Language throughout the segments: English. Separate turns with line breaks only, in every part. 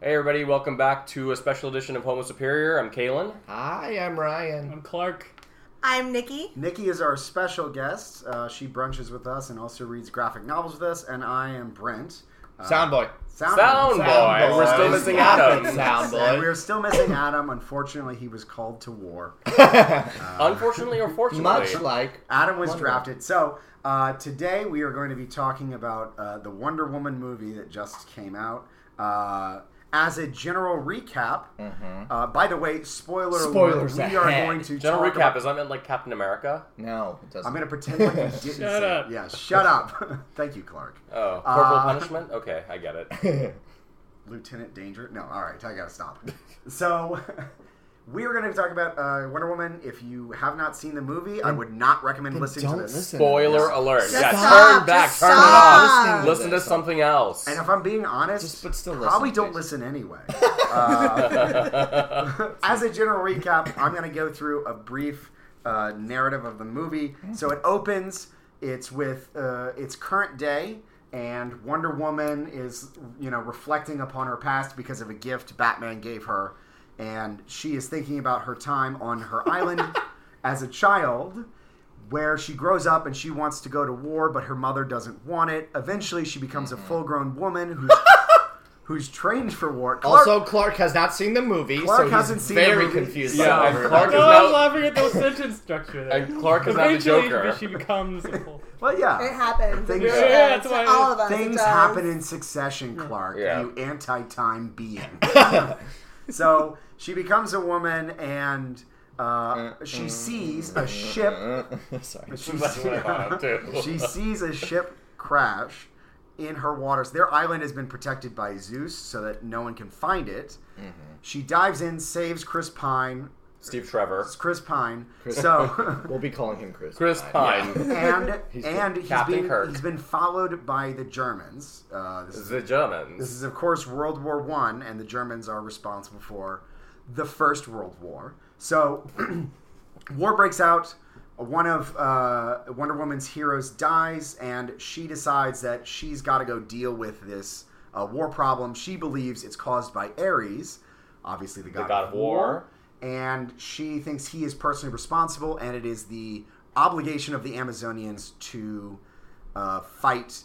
Hey everybody, welcome back to a special edition of Homo Superior. I'm Kalen.
Hi, I'm Ryan.
I'm Clark.
I'm Nikki.
Nikki is our special guest. Uh, she brunches with us and also reads graphic novels with us. And I am Brent. Uh,
Soundboy.
Sound,
Sound boy.
Sound
We're still
boy.
missing
Stop
Adam.
it, Sound
And we
boy.
are still missing Adam. Unfortunately, he was called to war.
Unfortunately or fortunately,
Much like
Adam was
Wonder
drafted. So uh, today we are going to be talking about uh, the Wonder Woman movie that just came out. Uh, as a general recap, uh, by the way, spoiler
Spoilers
alert, we are
ahead.
going to
Mm-hmm. general
talk
recap
about-
is I meant like Captain America.
No, it doesn't.
I'm going to pretend like you didn't say it.
up.
Yeah, shut up. Thank you, Clark.
Oh, corporal
Uh,
punishment. Okay, I get it.
Lieutenant Danger. No, all right, I gotta stop. so, we are going to talk about uh, Wonder Woman. If you have not seen the movie, I would not recommend
Then
listening to
don't
this.
listen.
Spoiler
Just
alert. yeah,
stop,
turn back,
just
turn
stop.
it
Listening
off.
to
Listen to
this.
something else.
And if I'm being honest,
Just- but still listen,
probably don't
please.
listen anyway. Uh, as a general recap, I'm going to go through a brief uh, narrative of the movie. So it opens. It's with uh, its current day, and Wonder Woman is you know reflecting upon her past because of a gift Batman gave her, and she is thinking about her time on her island as a child where she grows up and she wants to go to war, but her mother doesn't want it. Eventually, she becomes a full-grown woman who's who's trained for war. Clark-
Also, Clark has not seen the movie,
Clark
so he's
hasn't seen the
very
movie.
confused.
Yeah,
by
and
everything.
Clark is
No,
now-
I'm laughing at the sentence structure. There.
And Clark is now the
Eventually,
Joker.
She becomes. a fool.
well, yeah,
It happens.
Things,
It
Yeah,
does.
yeah, that's why-
To all of us. uh, it
things
does.
happen in succession, Clark.
Yeah.
You anti-time being. so she becomes a woman, and uh, she sees a ship.
Sorry.
She,
That's what I thought of, too.
she sees a ship crash in her waters. Their island has been protected by Zeus so that no one can find it.
Mm-hmm.
She dives in, saves Chris Pine.
Steve Trevor,
It's Chris Pine. so.
We'll be calling him Chris.
Chris Pine,
And
He's the
and he's
Captain
been,
Kirk.
he's been followed by the Germans. Uh, this, is,
the
this
Germans.
is of course World War One, and the Germans are responsible for the First World War. So war breaks out. One of uh, Wonder Woman's heroes dies, and she decides that she's got to go deal with this uh, war problem. She believes it's caused by Ares, obviously the god,
god of war.
and she thinks he is personally responsible, and it is the obligation of the Amazonians to uh, fight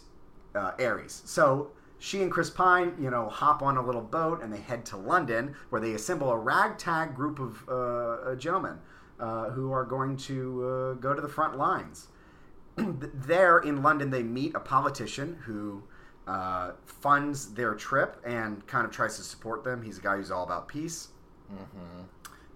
uh, Ares. So she and Chris Pine, you know, hop on a little boat and they head to London, where they assemble a ragtag group of uh, uh, gentlemen uh, who are going to uh, go to the front lines. there in London, they meet a politician who uh, funds their trip and kind of tries to support them. He's a guy who's all about peace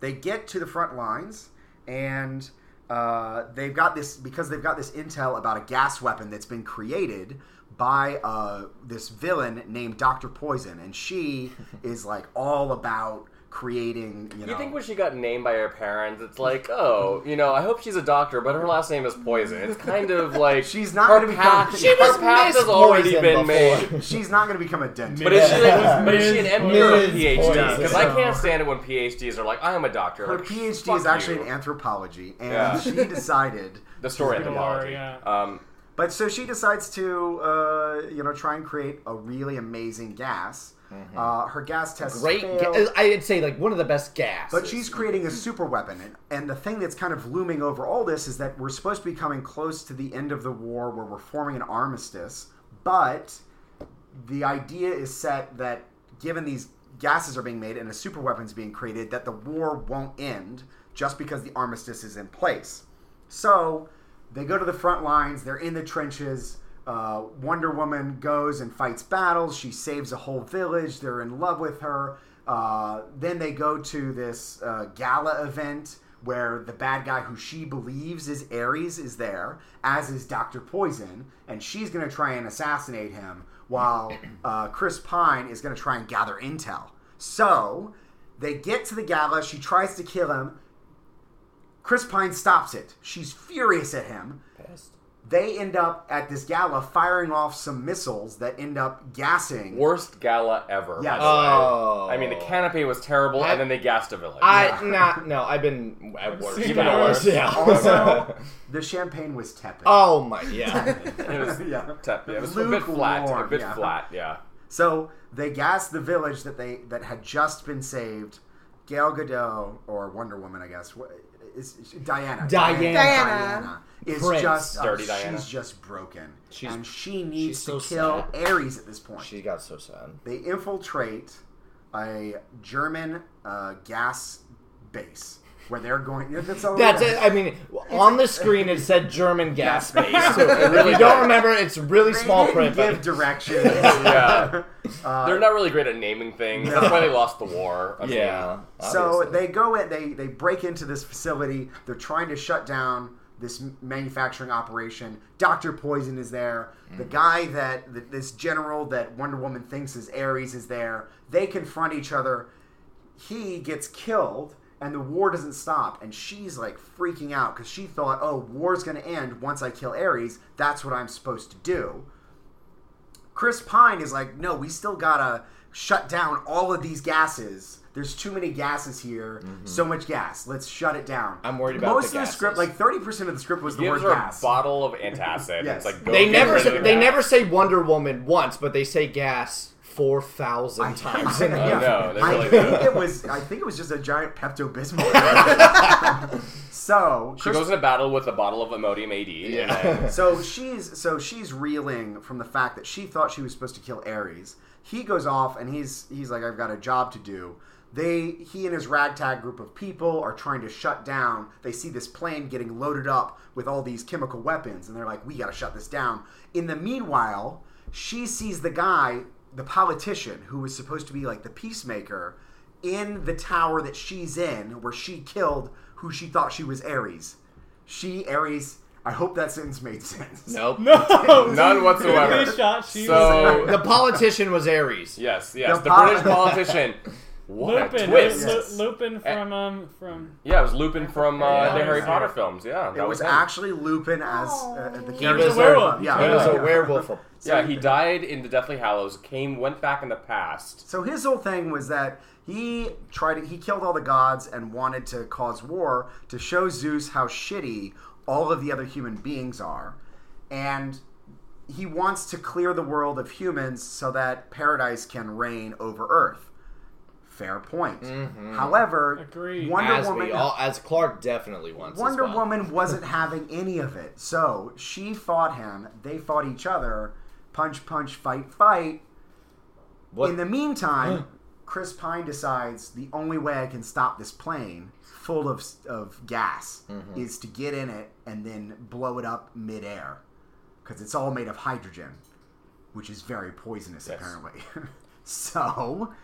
they get to the front lines and uh, they've got this because they've got this intel about a gas weapon that's been created by uh, this villain named Doctor Poison, and she is like all about creating. You, know,
You think when she got named by her parents, it's like, oh, you know, I hope she's a doctor, but her last name is Poison. It's kind of like
She's not
her
gonna become-
path.
She
her
was
path
Miss
has already
Poison
been
before.
made.
she's not going to become a dentist?
But is she like,
Yeah.
but is she an
Ms.
MD or a
Poison.
PhD? Because I
So-
can't stand it when PhDs are like, I am a doctor.
her
Like,
PhD
fuck
is actually
you.
in anthropology, and
Yeah.
she decided
the story
Civil
anthropology.
War,
Um,
But so she decides to, uh, you know, try and create a really amazing gas. Uh, her gas test
Great.
fail,
Ga- I'd say like one of the best gas.
but she's creating a super weapon, and, and the thing that's kind of looming over all this is that we're supposed to be coming close to the end of the war, where we're forming an armistice. But the idea is set that given these gases are being made and a super weapon's being created, that the war won't end just because the armistice is in place. So they go to the front lines, they're in the trenches. Uh, Wonder Woman goes and fights battles. She saves a whole village. They're in love with her. Uh, then they go to this uh, gala event where the bad guy who she believes is Ares is there, as is Dr. Poison, and she's going to try and assassinate him while uh, Chris Pine is going to try and gather intel. So they get to the gala. She tries to kill him. Chris Pine stops it. She's furious at him. They end up at this gala firing off some missiles that end up gassing.
worst gala ever. by
Yes.
the way.
Oh.
I mean, the canopy was terrible,
I-
and then they gassed a village.
I not no. I've been at worse.
seen
Even it worse.
Yeah.
Oh, Also, the champagne was tepid.
oh my. Yeah.
it was,
yeah.
te- yeah, it was a bit flat. A
Lukewarm,
bit
yeah.
flat. Yeah.
So they gas the village that they that had just been saved. Gal Gadot or Wonder Woman, I guess, wh- is Diana.
Diana.
Diana is
Prince.
just uh,
Dirty
she's
Diana.
just broken,
She's-
and she needs
she's
to
so
kill
sad.
Ares at this point.
She got so sad.
they infiltrate a German uh, gas base where they're going. That's, all
That's it. I mean, on the screen it said German gas space. So
It
if
really
you
did.
don't remember, it's really
They
small
didn't
print.
give
But
directions.
Yeah.
Uh,
They're not really great at naming things. That's why they lost the war. I mean,
yeah.
So
obviously.
they go in, they they break into this facility. They're trying to shut down this m- manufacturing operation. Doctor Poison is there. The guy that th- this general that Wonder Woman thinks is Ares is there. They confront each other. He gets killed. And the war doesn't stop, and she's like freaking out because she thought, "Oh, war's gonna end once I kill Ares. That's what I'm supposed to do." Chris Pine is like, no, we still gotta shut down all of these gases. There's too many gases here. So much gas. Let's shut it down.
Mm-hmm. I'm worried about
most
the
of the script. Like
gases.
thirty percent of the script was the word
gives her a
gas.
bottle of antacid. It's
Yes.
like go
They
get
never
rid of
say,
the
they
gas.
never say Wonder Woman once, but they say gas four thousand times. in
I
the-
know, they
I
really
think
do.
it was. I think it was just a giant Pepto Bismol. so
She goes into battle with a bottle of Imodium AD.
Yeah.
And then,
So she's so she's reeling from the fact that she thought she was supposed to kill Ares. He goes off and he's he's like, I've got a job to do. They he and his ragtag group of people are trying to shut down. They see this plane getting loaded up with all these chemical weapons, and they're like, We gotta shut this down. In the meanwhile, she sees the guy, the politician, who was supposed to be like the peacemaker, in the tower that she's in, where she killed who she thought she was Ares. She, Aries. I hope that sentence made sense.
Nope.
No,
None whatsoever.
They shot. She
So-
was
The politician was Ares.
yes, yes.
The
The
pol-
British politician. What
Lupin.
a twist. Eh.
Lu-
Yes.
Lupin from um from.
Yeah, it was Lupin from uh, the
Yeah.
Harry Potter films. Yeah,
It was
him.
actually Lupin as uh, the character.
was a
werewolf.
Yeah,
He was a
yeah.
werewolf. of-
Yeah, he died in the Deathly Hallows. Came, went back in the past.
So his whole thing was that he tried to, he killed all the gods and wanted to cause war to show Zeus how shitty all of the other human beings are. And he wants to clear the world of humans so that paradise can reign over Earth. Fair point. However,
Agreed.
Wonder
As
Woman
we all, as Clark definitely wants. as
Wonder
well.
Woman wasn't having any of it. So she fought him. They fought each other. Punch, punch, fight, fight.
What-
In the meantime, Chris Pine decides the only way I can stop this plane full of, of gas is to get in it and then blow it up midair. Because it's all made of hydrogen, which is very poisonous, apparently. so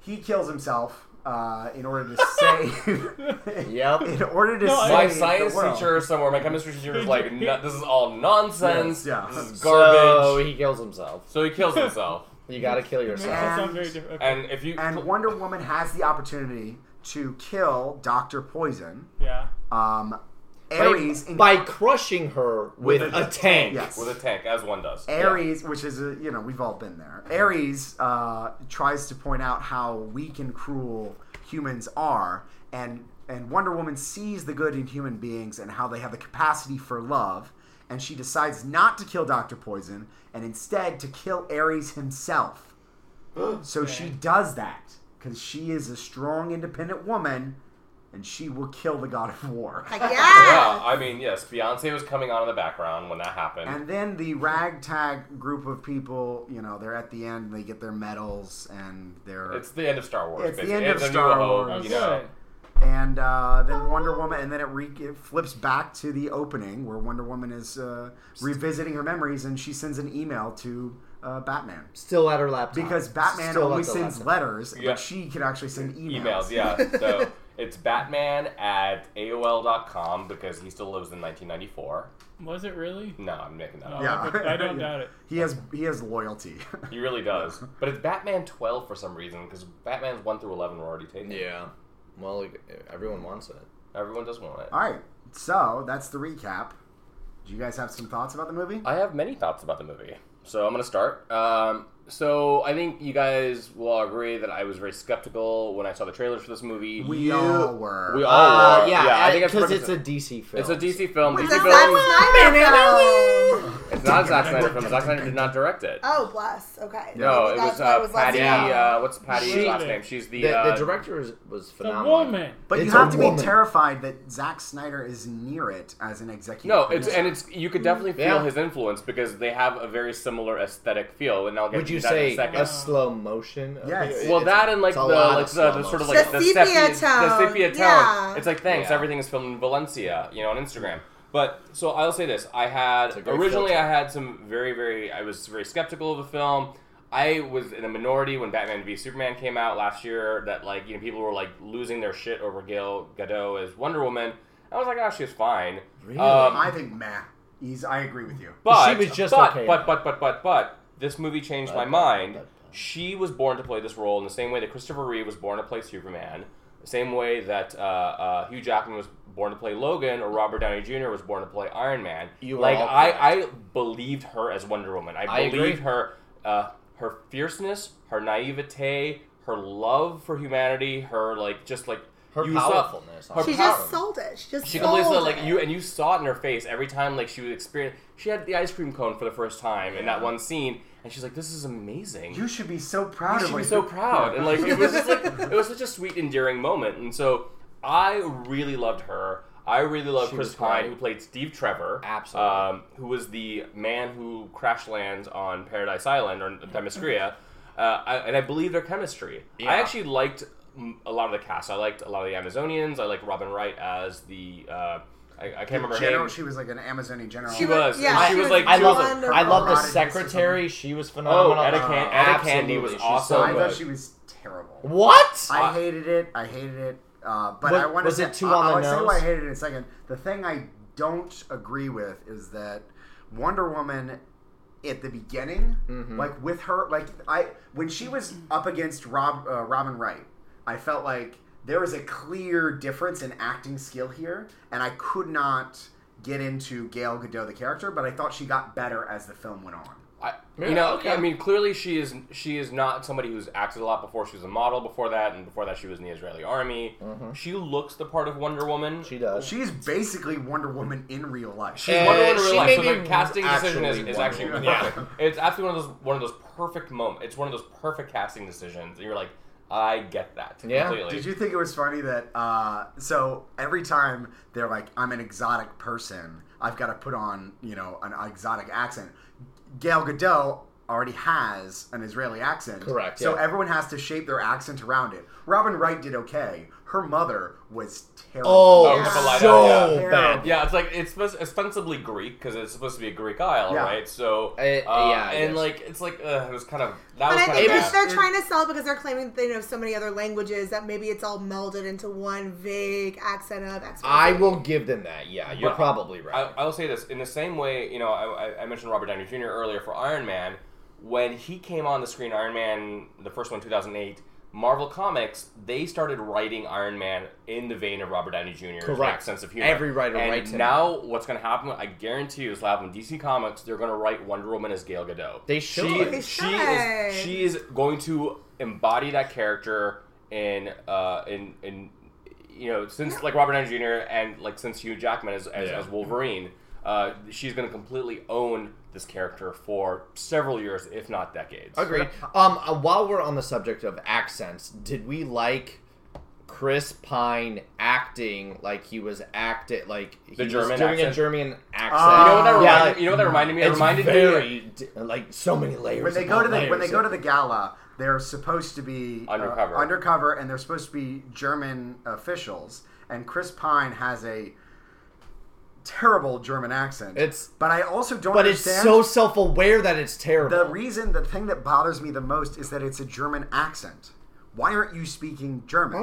he kills himself uh, in order to save.
Yep.
in order to
No, I-
My
save
science
the world.
teacher somewhere, my chemistry teacher was like, "No, "This is all nonsense.
Yes, yeah.
This is
So
garbage."
he kills himself.
So he kills himself.
You gotta kill
Makes it
yourself.
And-
sound very different. Okay.
And if you
And Wonder Woman has the opportunity to kill Doctor Poison.
yeah.
Um,
By,
Ares, in-
by crushing her with,
With a-
a tank.
Yes.
with a tank, as one does.
Ares, which is a, you know we've all been there. Ares uh, tries to point out how weak and cruel humans are, and and Wonder Woman sees the good in human beings and how they have the capacity for love, and she decides not to kill Doctor Poison and instead to kill Ares himself. so she does that because she is a strong, independent woman, and she will kill the god of war.
Yeah,
Yeah.
I mean, yes, Beyonce was coming on in the background when that happened.
And then the ragtag group of people, you know, they're at the end, they get their medals, and they're
it's the end of Star Wars.
It's the
basically.
end of
a new
Star
hope,
Wars.
You
Okay.
know,
and uh, then Wonder Woman, and then it, re- it flips back to the opening where Wonder Woman is uh, revisiting her memories, and she sends an email to uh, Batman
Still at her laptop.
because Batman
Still at
only
the
sends
laptop.
letters,
Yeah.
but she can actually send emails.
emails. Yeah, so it's Batman at AOL.com because he still lives in 1994.
Was it really?
No, I'm making that
Oh,
up.
Yeah.
I don't- I don't
Yeah.
doubt it.
He has he has loyalty.
He really does. But it's Batman 12 for some reason, because Batman's 1 through 11 were already taken.
Yeah. Well, like, everyone wants it.
Everyone does want it.
Uh,
All right, so that's the recap. Do you guys have some thoughts about the movie?
I have many thoughts about the movie. So I'm going to start. Um, so I think you guys will agree that I was very skeptical when I saw the trailers for this movie.
We
You-
all were.
We all
Uh,
were.
yeah,
I think
because
pretty
it's a
consistent.
DC film.
it's a DC film.
It's
DC
a Zack
film.
Snyder film.
It's not a Zack Snyder film. Zack Snyder did not direct it.
Oh, bless. Okay.
No, it
Maybe
was
that's why
uh,
less
Patty.
than-
Uh, what's Patty's
She-
last name? She's the,
The, the
uh,
director was, was
The
phenomenal.
woman.
But you
It's
have
a
to
woman.
be terrified that Zack Snyder is near it as an executive.
No, it's
producer.
and it's you could definitely feel
Yeah.
his influence because they have a very similar aesthetic feel. And I'll get
Would
to
you
that in
say
a second.
a slow motion? of
Yes.
it?
Well,
It's-
that and like
it's
the
a lot of
like the, the
slow
sort of
motion.
like
The
the
sepia
the
tone,
sepia tone.
yeah.
It's like thanks,
Yeah.
everything is filmed in Valencia, you know, on Instagram. But so I'll say this: I
It's a
had
great
originally
filter.
I had some very very I was very skeptical of the film. I was in a minority when Batman v Superman came out last year. That like you know people were like losing their shit over Gail Gadot as Wonder Woman. I was like, oh, she's fine.
Really?
Um,
I think meh. He's. I agree with you.
but
She was just
but,
okay.
But but but but but this movie changed
But,
my
but,
mind.
but, but.
She was born to play this role in the same way that Christopher Reeve was born to play Superman, the same way that uh, uh, Hugh Jackman was born to play Logan, or Robert Downey Jr. was born to play Iron Man.
You are
like
all
I, I believed her as Wonder Woman. I,
I
believed
agree.
her uh, her fierceness, her naivete, her love for humanity, her like just like
Her
you saw-
powerfulness.
her
She
power-
just sold it. She just
she
sold
completely
it.
said, like you, and you saw it in her face every time. Like she would experience. She had the ice cream cone for the first time in that one scene, and she's like, "This is amazing."
You should be so proud
You
of
should be
like,
so
the-
proud,
Yeah.
and like it was just like it was such a sweet, endearing moment. And so I really loved her. I really loved
She
Chris
was
Pine,
great.
who played Steve Trevor,
Absolutely.
um, who was the man who crash lands on Paradise Island or Themyscira. Uh, I, and I believe their chemistry.
Yeah.
I actually liked mm, a lot of the cast. I liked a lot of the Amazonians. I liked Robin Wright as the uh, I, I can't remember her
General,
name.
she was like an Amazonian general.
She was.
Yeah,
And she
she
was
was
like.
I
she
love
was-
her. I love the
Rodriguez or
secretary. She was
Oh,
phenomenal.
Etta, Can- Etta Candy
Absolutely,
was
she's
awesome.
so
I
but-
thought she was terrible.
What?
I hated it. I hated it. Uh, but
Was-
I want to
was
say,
it too
I'll,
on the
I'll say why I
nose?
hated it in a second. The thing I don't agree with is that Wonder Woman at the beginning,
Mm-hmm.
like with her, like I when she was up against Rob uh, Robin Wright, I felt like there was a clear difference in acting skill here, and I could not get into Gail Godot the character, but I thought she got better as the film went on.
I,
Yeah,
you know,
okay.
I mean, clearly she is she is not somebody who's acted a lot before. She was a model before that, and before that she was in the Israeli army. She looks the part of Wonder Woman.
Mm-hmm. she does.
She's basically Wonder Woman in real life.
She's
Uh,
Wonder Woman in real
she
life,
may
so
be
the casting decision is,
actually
is
Wonder
actually
Woman.
yeah. It's actually one of those one of those perfect moments. It's one of those perfect casting decisions. And you're like, I get that.
Yeah.
completely.
Did you think it was funny that uh, so every time they're like, "I'm an exotic person. I've got to put on you know an exotic accent." Gail Godot already has an Israeli accent,
Correct,
So
yeah.
everyone has to shape their accent around it. Robin Wright did okay. Her mother was terrible.
Oh,
Oh, Hippolyta,
so
yeah.
bad.
Yeah, it's like it's supposed, ostensibly Greek because it's supposed to be a Greek isle,
Yeah.
right? So,
Uh,
uh,
yeah, I
and
guess.
like it's like uh, it was kind of that
But
was
I
kind of
think
It
they're,
bad.
was-
they're trying to sell because they're claiming that they know so many other languages that maybe it's all melded into one vague accent of X.
I will give them that. Yeah, you're
But
probably right.
I, I will say this in the same way, you know, I, I- I mentioned Robert Downey Jr. earlier for Iron Man. When he came on the screen, Iron Man, the first one, 2008, Marvel Comics, they started writing Iron Man in the vein of Robert Downey Jr.'s like,
Correct.
sense of humor.
Every writer
and
writes him.
now what's going to happen, I guarantee you, is they'll have in DC Comics, they're going to write Wonder Woman as Gail Gadot.
They
She,
should.
They
she is
should.
she is going to embody that character in uh in in you know since like Robert Downey Jr. and like since Hugh Jackman as as,
Yeah.
as Wolverine, uh, she's going to completely own this character for several years, if not decades.
Agreed. Um, uh, while we're on the subject of accents, did we like Chris Pine acting like he was acting like he
The
was
German
doing
accent?
a German accent?
You know what that
Oh.
reminded,
yeah, like,
you know what that reminded me? It
it's
reminded
very,
me
d- like so many layers.
when they go to the when they go to the gala, they're supposed to be uh,
Undercover.
undercover, and they're supposed to be German officials. And Chris Pine has a terrible German accent.
It's-
but I also don't.
but it's
understand
so self-aware that it's terrible.
the reason the thing that bothers me the most is that it's a German accent. why aren't you speaking German?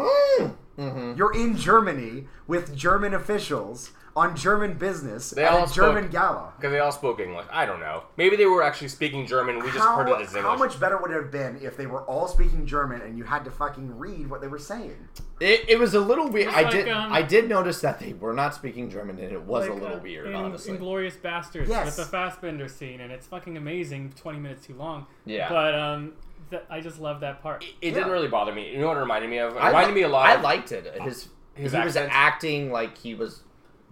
Mm-hmm.
You're in Germany with German officials on German business
They all
at a
spoke-
German gala.
Because they all spoke English. I don't know. Maybe they were actually speaking German. We just
How,
heard it as English.
how much better would it have been if they were all speaking German and you had to fucking read what they were saying?
It, it was a little weird.
It's
I
like,
did
um,
I did notice that they were not speaking German, and it was
Like,
a little
uh,
weird,
in,
honestly.
Inglorious Bastards
Yes.
with the Fassbender scene, and it's fucking amazing. Twenty minutes too long.
Yeah.
But um, th- I just love that part.
it didn't
Yeah.
really bother me. You know what it reminded me of? It
I
reminded me
li-
a lot.
I
of,
liked it. His,
His
he was
accent.
acting like he was.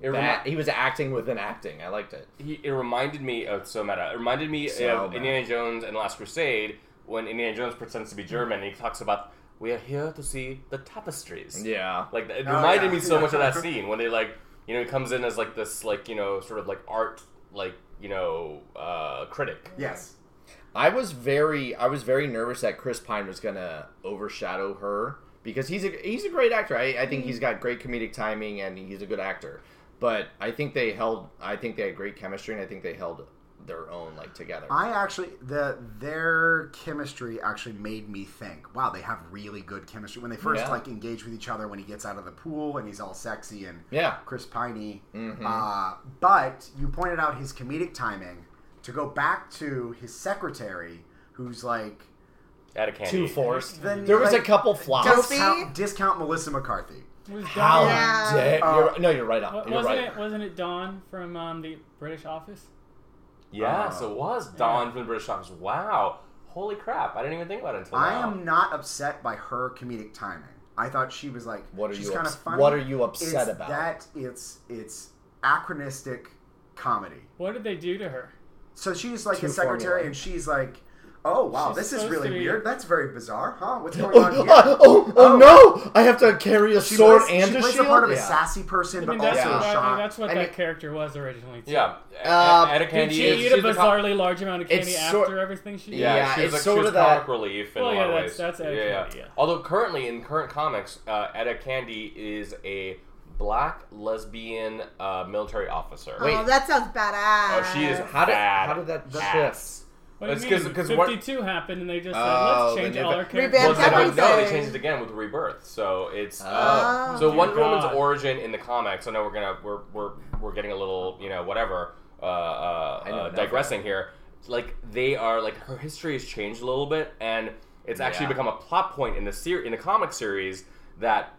It, remi-
that- he was acting within acting. I liked it.
he, it reminded me of so meta. It reminded me
So
of
meta.
Indiana Jones and Last Crusade when Indiana Jones pretends to be German and he talks about we are here to see the tapestries.
Yeah.
Like it
Oh,
reminded
yeah.
me so much of that scene when they like you know he comes in as like this like you know sort of like art like you know uh, critic.
Yes.
I was very I was very nervous that Chris Pine was gonna overshadow her because he's a he's a great actor. I, I think he's got great comedic timing and he's a good actor. But I think they held I think they had great chemistry and I think they held their own like together.
I actually the their chemistry actually made me think, wow, they have really good chemistry when they first
Yeah.
like engage with each other when he gets out of the pool and he's all sexy and
yeah.
Chris Piney.
Mm-hmm.
Mhm.
Uh, but you pointed out his comedic timing to go back to his secretary, who's like
Out of candy.
Too forced.
Then,
There was a
like,
couple flops.
Dopey?
discount, discount Melissa McCarthy.
It was
How
Dawn.
Yeah.
dare
Uh,
you're, no, you're right
Wa-
on. You're
wasn't
right.
it? Wasn't it Dawn from um, the British Office?
Yes,
Uh,
it was Don from the British Office. Wow. Holy crap. I didn't even think about it until
I
now.
am not upset by her comedic timing. I thought she was like,
What are
she's
you
kind
ups-
of funny.
what are you upset
it's
about?
That it's it's anachronistic comedy.
What did they do to her?
So she's like
Too
his secretary,
formulaic.
and she's like, "Oh wow,
She's
this is
supposed
really
to be-
weird. That's very bizarre, huh? What's going on
Oh,
here?"
oh, oh, no! I have to carry a
She
sword
plays,
and
she
a
plays
shield.
the part of a
Yeah.
sassy person,
I
but
mean, that's,
also
Yeah.
what,
a
I-
sharp.
that's what
I
that
mean-
character was originally. too.
Yeah.
Uh,
Out of
Did
candy
she
is.
eat a
she's the cop-
bizarrely large amount of candy
It's
after
sort-
everything she did?
Yeah,
Yeah,
she's
it's
like,
sort
she's
of that-
comic relief in
Well,
a
yeah,
lot of
that's-
ways.
that's Etta
yeah, yeah.
Candy, yeah.
Although currently in current comics, uh, Etta Candy is a black lesbian uh, military officer.
Wait.
Oh, that sounds badass.
Oh, she is
How did-
bad
how did that
ass.
What
It's
do you
'cause-
mean?
'cause what-
52 happened and they just said,
Oh,
let's
they
change
did
all
that.
our
Well,
Revamp
they don't-
characters.
everything.
no, they changed it again with rebirth. So it's uh,
Oh.
so
Dear
Wonder Woman's
God.
origin in the comics. I know we're gonna we're we're we're getting a little you know whatever uh, uh,
I know
uh,
nothing.
digressing here. Like they are like her history has changed a little bit, and it's actually
Yeah.
become a plot point in the ser- in the comic series that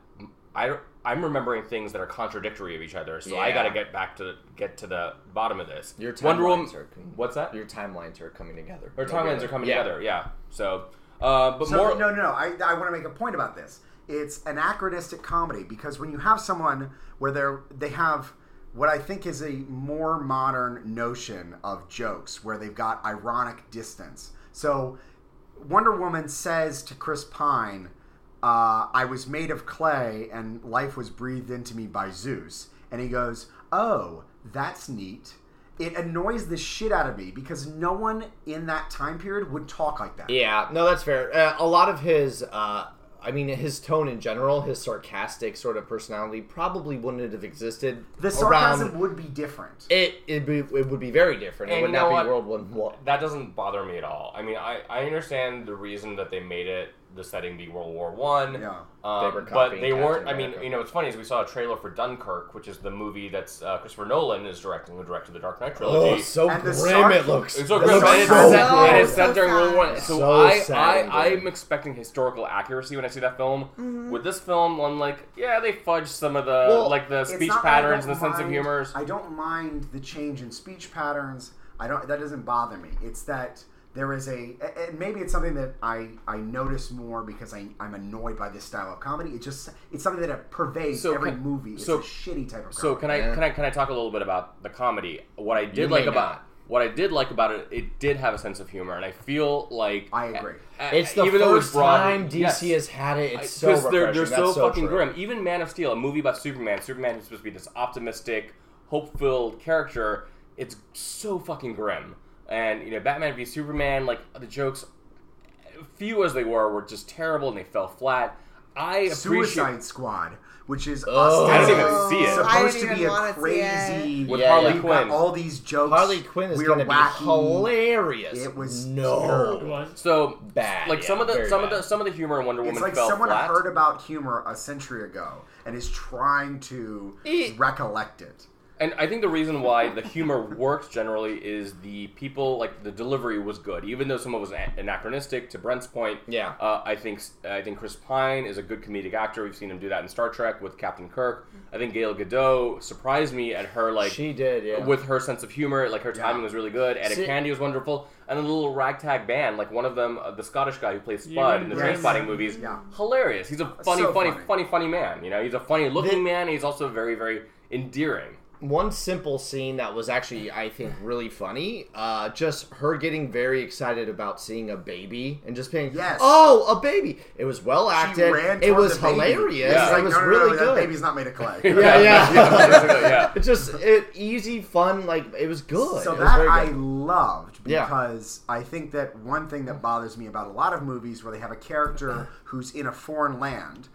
I I'm remembering things that are contradictory of each other. So I
Yeah.
got to get back to get to the bottom of this.
Your
Wonder Woman.
timelines are con-
What's that?
Your timelines are coming together.
Her timelines are coming
Yeah.
together. Yeah. So, uh, but
So,
more.
no, no, no. I, I want to make a point about this. It's anachronistic comedy because when you have someone where they're they have what I think is a more modern notion of jokes where they've got ironic distance. So Wonder Woman says to Chris Pine, uh, "I was made of clay and life was breathed into me by Zeus," and he goes, "Oh, that's neat." It annoys the shit out of me because no one in that time period would talk like that.
Yeah, no, that's fair. Uh, a lot of his, uh, I mean, his tone in general, his sarcastic sort of personality probably wouldn't have existed.
The sarcasm
around
would be different.
it, it'd be, it would be very different.
And
it would
you know
not be
what?
World War One.
that doesn't bother me at all. I mean, I, I understand the reason that they made it the setting be World War One.
Yeah.
Um,
They were
but
copying
they
Captain
weren't. I mean,
America.
you know, it's funny is we saw a trailer for Dunkirk, which is the movie that's uh, Christopher Nolan is directing, who directed the Dark Knight
Oh,
trilogy.
so
And the
grim
sarc-
it looks.
It's so
It
grim,
looks
and it's
so
set,
sad.
and
grim.
it's set during
So
World War One.
sad.
So,
So
I,
sad and
I,
grim.
I'm expecting historical accuracy when I see that film. With this film, I'm like, yeah, they fudged some of the
Well,
like the
It's
speech
not- I
patterns and
don't
the sense of
mind-
humors.
I don't mind the change in speech patterns. I don't. That doesn't bother me. It's that there is a. And maybe it's something that I I notice more because I I'm annoyed by this style of comedy. It just it's something that pervades
So
every
can-
movie. It's
so-
a shitty type of comedy.
So can I
Yeah.
can I can I talk a little bit about the comedy? What I did
You may
like about
not.
what I did like about it, it did have a sense of humor, and I feel like
I agree.
a-
It's the
even though it was
first
broad-
time DC
yes.
has had it. It's so
because
refreshing.
they're, they're so,
That's so
fucking
true.
grim. Even Man of Steel, a movie about Superman, Superman is supposed to be this optimistic, hope-filled character. It's so fucking grim. And you know, Batman v Superman, like the jokes, few as they were, were just terrible and they fell flat. I appreciate
Suicide Squad, which is
Oh. I
didn't
ostensibly
even see it.
I didn't
supposed to
even
be a
wanna see it.
crazy.
with
Yeah,
Harley
yeah.
We've got
Quinn.
all these jokes.
Harley Quinn is
we're
going to be
wacky.
hilarious.
It was
It
no
terrible.
was.
so
bad.
Like
yeah,
some of the
very
some of
bad.
the some of the humor in Wonder Woman
It's like
fell
someone
flat.
heard about humor a century ago and is trying to
It-
recollect it.
And I think the reason why the humor works generally is the people like the delivery was good, even though some of it was an- anachronistic. To Brent's point,
Yeah.
uh, I think I think Chris Pine is a good comedic actor. We've seen him do that in Star Trek with Captain Kirk. I think Gail Godot surprised me at her like
she did. Yeah,
with her sense of humor. Like her
Yeah.
timing was really good. Etta
See-
Candy was wonderful, and the little ragtag band, like one of them, uh, the Scottish guy who plays
You
Spud in the
remember-
Train Spotting movies,
Yeah.
hilarious. He's a funny,
so
funny,
funny.
funny, funny man. You know, he's a funny looking
The-
man. He's also very, very endearing.
one simple scene that was actually I think really funny. Uh, just her getting very excited about seeing a baby and just being
Yes.
oh a baby. It was well acted.
ran
It
toward
was
the baby.
hilarious.
Yeah.
It's
It
like,
was
no, no, no,
really
no,
good.
That baby's not made of clay.
Yeah, yeah.
basically, yeah.
It just it easy fun like it was good.
So
It was
that
very
I
good.
loved
Yeah.
because I think that one thing that bothers me about a lot of movies where they have a character who's in a foreign land,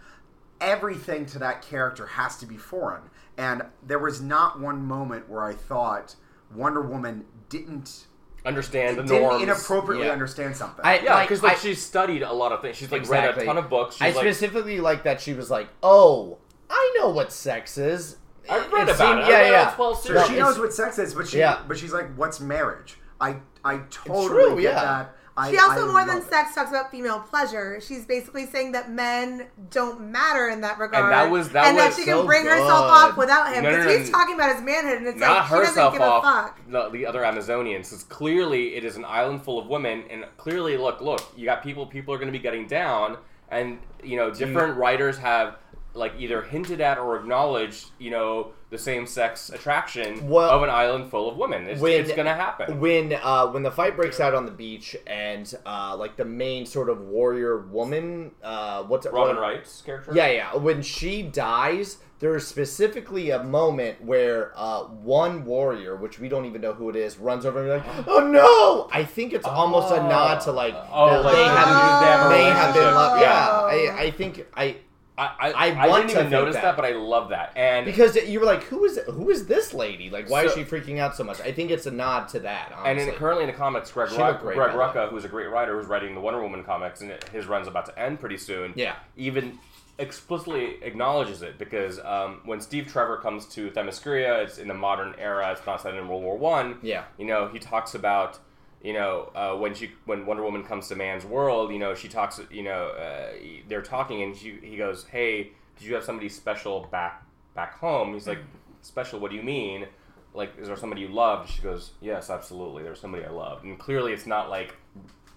everything to that character has to be foreign. And there was not one moment where I thought Wonder Woman didn't
Understand the
didn't
norms.
inappropriately
Yeah.
understand something.
I-
Yeah,
Like,
because like,
I-
she's studied a lot of things. She's like read a
Exactly.
ton of books. She's
I
like,
specifically like that she was like, "Oh, I know what sex is."
I've read about it. I've read all 12
So
No,
she
it's-
knows what sex is, but she
Yeah.
but she's like, "What's marriage?" I I totally
true,
get
yeah.
that. I,
She also,
I
more
love
than
it.
sex, talks about female pleasure. She's basically saying that men don't matter in that regard,
that was- that
and
was
that she
so
can bring herself
good.
off without him
No, no,
because
no,
he's
no.
talking about his manhood, and it's
not
like she doesn't
herself
give a
off
fuck.
the, the other Amazonians. Because clearly, it is an island full of women, and clearly, look, look, you got people. People are going to be getting down, and you
Mm.
know, different writers have like either hinted at or acknowledged, you know, the same sex attraction
Well,
of an island full of women. It's,
when-
it's going to happen.
when uh, when the fight breaks out on the beach and uh, like the main sort of warrior woman, uh, what's it?
Robin
what-
Wright's character.
Yeah, yeah. When she dies, there's specifically a moment where uh, one warrior, which we don't even know who it is, runs over and be like, "Oh no!" I think it's almost a nod to like
Oh,
that
like
they
you
have
did have a
they have been
relationship.
loved.
Yeah.
Yeah, I, I think I
I I,
I
I, didn't
want to
even
think
notice
that.
that. but I love that. And
because you were like, "Who is who is this lady? Like, why is
So-
she freaking out so much?" I think it's a nod to that.
And
Honestly.
in, currently in the comics, Greg,
She
Ruck,
looked great,
Greg
by the way.
Rucka, who's a great writer, who's writing the Wonder Woman comics, and it- his run's about to end pretty soon.
Yeah.
even explicitly acknowledges it because um, when Steve Trevor comes to Themyscira, it's in the modern era. It's not set in World War One.
Yeah.
you know, he talks about. You know, uh, when she when Wonder Woman comes to man's world, you know she talks. You know, uh, they're talking, and she, he goes, "Hey, did you have somebody special back back home?" He's like, "Special? What do you mean?" like is there somebody you loved she goes yes absolutely there was somebody i loved and clearly it's not like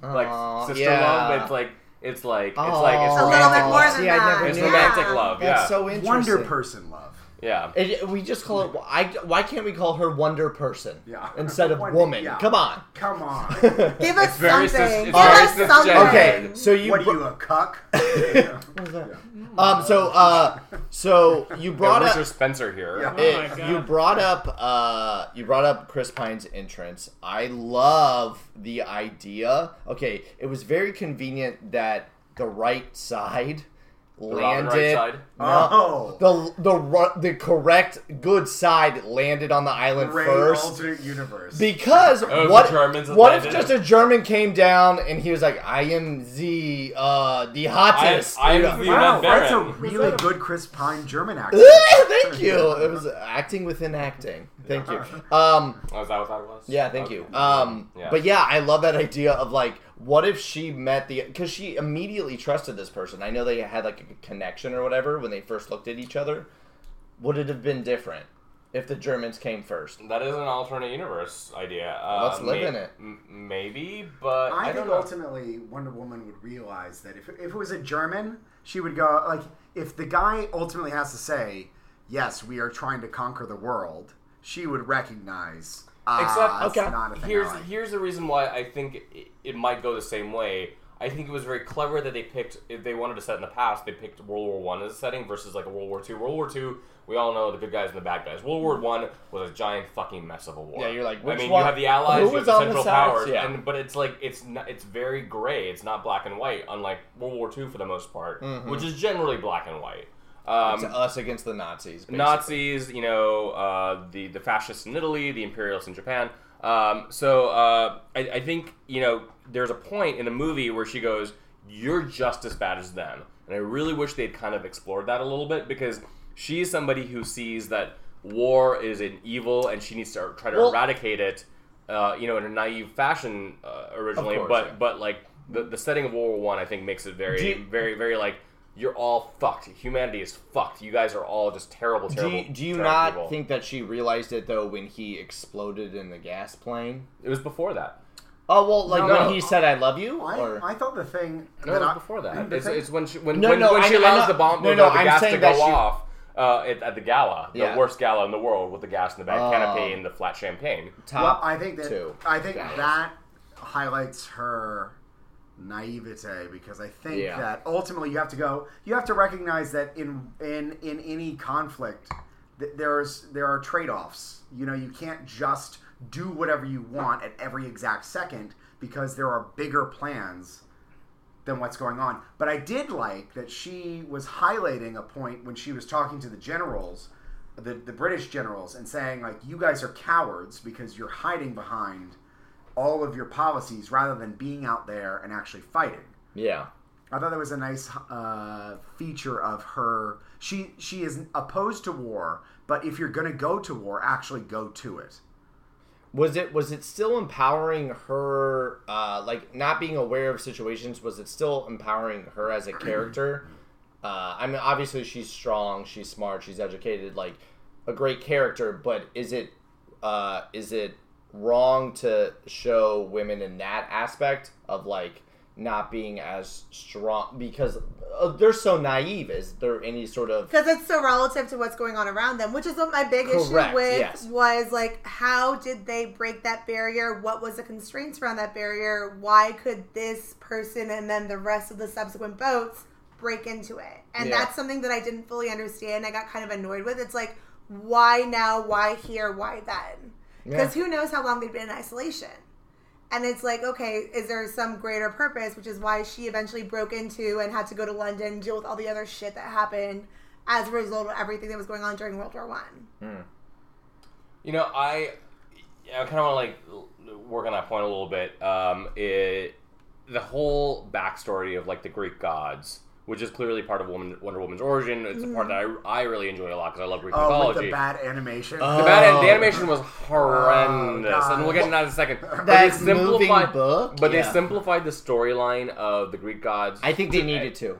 like
Aw,
sister
yeah.
love but it's like it's like it's
Aw.
like it's
A little bit more
romantic
than
See, I
that.
never
it's
Yeah.
romantic love
That's
yeah
so interesting.
Wonder Person love.
yeah
It, we just call it. I, why can't we call her Wonder Person
Yeah.
instead of
Wonder-
woman?
yeah.
Come on.
Come on,
Give us
very sus-
something.
it's
Give
very
us
sus-
something.
Okay, so you,
what are
br-
you a cuck? Yeah. Yeah.
um, so uh, so you brought
and
up
Richard Spencer here
Yeah.
Oh my
eh,
God.
you brought up uh, you brought up Chris Pine's entrance. I love the idea. Okay, it was very convenient that the right side
Robin
landed.
Wright side?
No,
Oh.
the the ru- the correct good side landed on the island
Ray
first.
alternate universe.
Because
Oh, the
what,
Germans
what if
landed.
just a German came down and he was like, I am the uh the hottest.
I am
you know?
the-
wow,
Red
that's a
Baron. Was
really
that a-
good Chris Pine German accent.
Thank you. It was acting within acting. Thank you. Um
oh, is that what that was
yeah, thank you.
Okay.
Um
Uh, Yeah.
but yeah, I love that idea of like what if she met the cuz she immediately trusted this person. I know they had like a connection or whatever when they first looked at each other. Would it have been different if the Germans came first?
that is an alternate universe idea uh,
Let's live in it.
m- maybe but
I,
i,
think
don't know
ultimately Wonder Woman would realize that if, if it was a German, she would go like if the guy ultimately has to say, "Yes, we are trying to conquer the world," she would recognize. Ah,
Except-
that's
okay,
not a thing I
here's
like."
here's the reason why I think it, it might go the same way. I think it was very clever that they picked. If they wanted to set in the past, they picked World War One as a setting versus like a World War Two. World War Two, we all know the good guys and the bad guys. World War One was a giant fucking mess of a war.
Hmm. Yeah, you're like,
I
which
mean,
one-
you have the Allies,
who
you have
was
the
on the
Central
sides?
Powers,
Yeah.
and but it's like it's not, it's very gray. It's not black and white, unlike World War Two for the most part,
Mm-hmm.
which is generally black and white. Um,
It's us against the Nazis. basically.
Nazis, you know, uh, the the fascists in Italy, the imperialists in Japan. Um, so uh, I, I think you know there's a point in the movie where she goes, "You're just as bad as them," and I really wish they'd kind of explored that a little bit because she's somebody who sees that war is an evil and she needs to try to
Well-
eradicate it, uh, you know, in a naive fashion uh, originally.
course,
but
yeah.
but like the, the setting of World War One, I, think makes it very
Do you-
very very like you're all fucked. Humanity is fucked. You guys are all just terrible,
Do
terrible.
you, do you
terrible
not
people.
think that she realized it though when he exploded in the gas plane?
it was before that?
Oh well, like
No,
when
no.
he said "I love you," or
I, I thought the thing.
No,
that
it was
I-
before
the
that. It's,
thing-
it's when she when,
No,
when,
no,
when she
I- I
allows
know-
the bomb
no,
the-
no,
the
I'm
gas to go
saying that she-
off uh, at, at the gala, the
Yeah.
worst gala in the world, with the gas in the back
Oh.
canopy and the flat champagne.
well,
top
I think that
two.
I think
Guys.
that highlights her naivete because I think
Yeah.
that ultimately you have to go. You have to recognize that in in in any conflict, th- there's there are trade offs. You know, you can't just do whatever you want at every exact second because there are bigger plans than what's going on. But I did like that she was highlighting a point when she was talking to the generals, the, the British generals, and saying, like, you guys are cowards because you're hiding behind all of your policies rather than being out there and actually fighting.
Yeah,
I thought that was a nice uh, feature of her. She she is opposed to war, but if you're going to go to war, actually go to it.
was it was it still empowering her? Uh, like not being aware of situations, was it still empowering her as a character? Uh, I mean, obviously she's strong, she's smart, she's educated, like a great character. But is it uh, is it wrong to show women in that aspect of like not being as strong because uh, they're so naive? Is there any sort of
because it's so relative to what's going on around them, which is what my big
Correct,
issue with
yes.
was like, how did they break that barrier? What was the constraints around that barrier? Why could this person and then the rest of the subsequent boats break into it? And
Yeah.
that's something that I didn't fully understand. I got kind of annoyed with. It's like, why now? Why here? Why then? Because who knows how long they've been in isolation. And it's like, okay, is there some greater purpose? Which is why she eventually broke into and had to go to London and deal with all the other shit that happened as a result of everything that was going on during World War One.
You know, I I kind of want to like l- work on that point a little bit. Um, it the whole backstory of like the Greek gods, which is clearly part of Woman, Wonder Woman's origin. It's a part that
Mm.
I, I really enjoy a lot because I love Greek
Oh, with
mythology.
the bad animation.
The, bad,
Oh.
the animation was horrendous,
Oh, God.
and we'll get into that in a second. But
That moving book?
but
Yeah.
they simplified the storyline of the Greek gods.
I think they needed to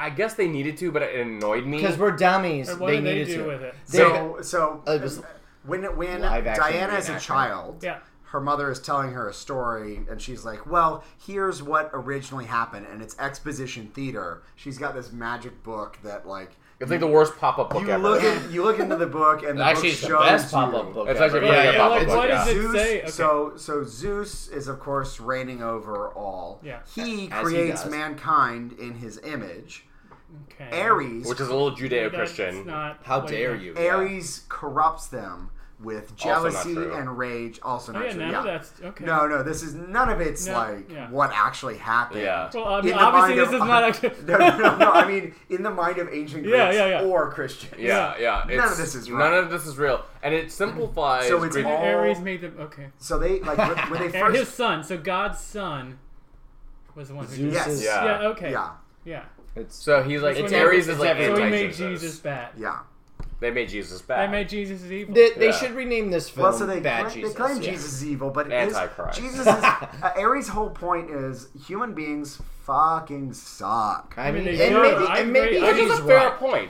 I guess they needed to, but it annoyed me.
because we're dummies.
And what
they
did they
needed
do
to.
with it?
So, so
Uh, it was
when when
live action
Diana is a
reenactment.
child,
Yeah.
her mother is telling her a story, and she's like, "Well, here's what originally happened," and it's exposition theater. She's got this magic book that like
it's like the worst pop-up book
you
ever.
look in, you look into the book, and the
Actually,
book
it's the
shows
best
you-
pop-up book.
It's
ever.
actually really
Yeah,
good
yeah,
pop-up
like,
book.
what
yeah.
is it?
Zeus,
say? Okay.
So so Zeus is of course reigning over all.
Yeah.
He
As he
creates
does.
mankind in his image.
Okay.
Ares
Which is a little
That's
Judeo-Christian.
not
How
what
dare you?
Aries corrupts them
Also
with
not
jealousy
true.
and rage. Also
Oh,
not
yeah,
true.
now
yeah.
that's okay.
No, no, this is none of it's
No,
like
yeah.
what actually happened.
Yeah.
Well, I mean,
In the
obviously,
mind
this
of-
is not actually.
no, no, no, no, I mean, in the mind of ancient Greeks
Yeah, yeah, yeah.
or Christians.
Yeah, yeah.
None
it's-
of this is
None
right.
of this is real, and it simplifies.
So it's
Greek-
all-
Ares made them. Okay.
So they like when- when they
And his
first.
son. So God's son was the one who. did
Zeus
Yes.
is-
Yeah.
Yeah. Okay.
Yeah,
Yeah.
It's
so he's like
It's
Aries is
every-
like
it's
So he
every-
made
anti-Jesus.
Jesus bad.
yeah.
They made Jesus bad.
They made Jesus is evil.
They, they
Yeah.
should rename this film
Well, so they,
Bad
cla-
Jesus.
they claim
yeah.
Jesus is evil, but it is
Antichrist.
Jesus is uh, Aries' whole point is human beings fucking suck.
I mean,
mean,
and
they do.
maybe,
I
and maybe
agree.
Which
he's
is a fair
right.
point.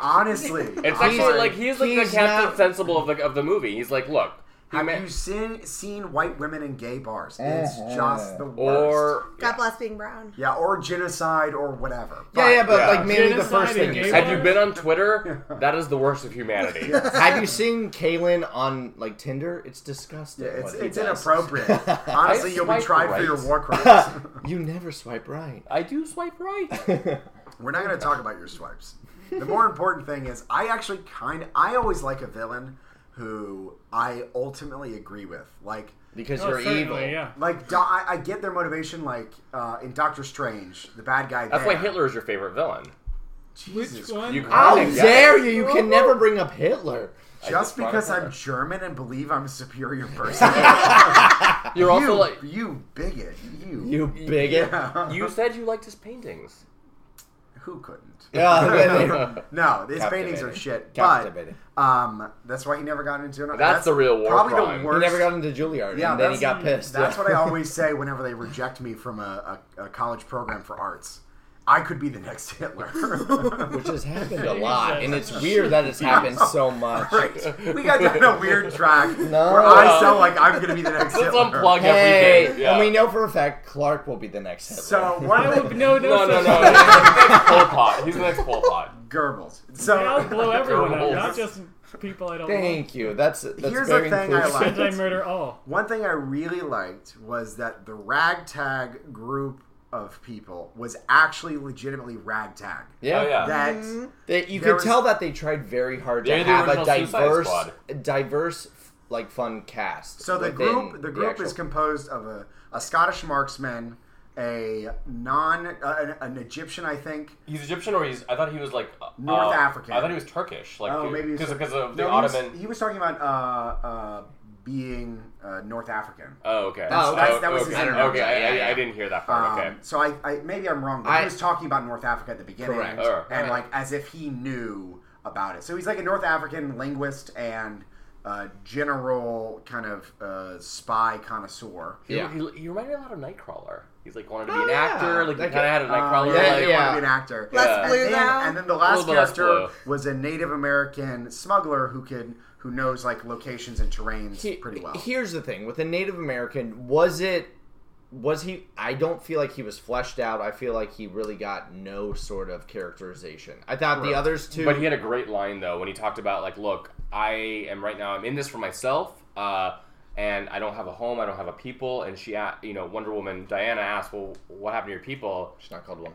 Honestly,
It's
I'm
actually
sorry.
like he's like
He's
the captain
not-
sensible of the of the movie. He's like, look,
Have
ma-
you seen seen white women in gay bars? It's
Uh-huh.
just the worst.
Or
God bless being brown.
yeah, or genocide or whatever.
yeah, yeah, but
Yeah.
like mainly the
Genocide
first thing.
and
you
gay
said.
Have you been on Twitter? That is the worst of humanity.
Have you seen Kaylin on like Tinder? It's disgusting.
Yeah, it's
what he
it's
does.
inappropriate. Honestly,
I
you'll be
swipe
tried for
right.
your war crimes.
You never swipe right.
I do swipe right.
We're not going to talk about your swipes. The more important thing is, I actually kind I always like a villain who I ultimately agree with. Like,
Because
Oh,
you're
certainly,
evil.
Yeah.
like Do- I, I get their motivation. Like uh, in Doctor Strange, the bad guy.
That's
there.
why Hitler is your favorite villain.
Jesus
Which one?
You
How
Oh,
Yeah.
dare you? You can never bring up Hitler.
Just
just brought
because
up
I'm
Hitler.
German and believe I'm a superior person.
You're also
you,
like
you bigot. You.
You bigot.
you said you liked his paintings.
Who couldn't?
Yeah.
No, his paintings are
Captivating.
shit.
Captivating.
But um, that's why he never got into an. That's,
the real war
Probably
crime.
the
He
worst.
he never got into Juilliard,
Yeah,
and then he
that's-
got pissed.
That's
yeah.
what I always say whenever they reject me from a, a, a college program for arts. I could be the next Hitler.
Which has happened a
Jesus.
lot, and it's weird that it's happened so much.
right. We got down a weird track
No.
where I sound like I'm going to be the next
Let's
Hitler.
unplug
Hey,
everything. Yeah.
and we know for a fact Clark will be the next Hitler.
So one
I
of
will,
the
no, no,
no, no,
such
no.
thing.
He's the next Pol Pot. He's the next Pol Pot.
Goebbels. So
I'll blow everyone up,
Goebbels.
not just people I don't like.
thank you. That's that's
Here's
very
the thing I
inclusive.
like.
Should I murder all?
One thing I really liked was that the ragtag group of people was actually legitimately ragtag.
Yeah,
Oh yeah.
That
They- you
There
could
was-
tell that they tried very hard to
They're the
have a
original Suicide
diverse,
Squad.
diverse, f- like fun cast.
so the
within
group the group is
actual-
composed of a, a Scottish marksman, a non uh, an, an Egyptian I think.
He's Egyptian, or he's? I thought he was like uh,
North African.
I thought he was Turkish, like
Oh, maybe
because
it's-
of the
No, he was-
Ottoman.
He was, talking about uh, uh, being uh, North African.
Oh, okay.
That's-
that's- that was
okay.
his
okay.
interview.
I,
Yeah,
I,
yeah.
I didn't hear that part.
Um,
okay.
So I, I maybe I'm wrong, but
I-
he was talking about North Africa at the beginning,
Correct.
Alright,
and
alright.
like as if he knew about it. So he's like a North African linguist and uh, general kind of uh, spy connoisseur.
He-
Yeah.
He, he reminded me a lot of Nightcrawler. He's like wanted to be
Oh,
an
yeah.
actor. Like he
Like
kind of
a-
had a Nightcrawler.
Uh, yeah,
like,
he wanted to be an actor.
Less
Yeah.
blue
and, then,
though.
and then the
A
last
little bit less
character
blue.
was a Native American smuggler who could who knows like locations and terrains
He-
pretty well.
Here's the thing: with a Native American, was it? Was he? I don't feel like he was fleshed out. I feel like he really got no sort of characterization. I thought the others too.
But he had a great line though when he talked about like, look, I am right now. I'm in this for myself, uh, and I don't have a home. I don't have a people. And she, a- you know, Wonder Woman Diana asked, well, what happened to your people?
She's not called one.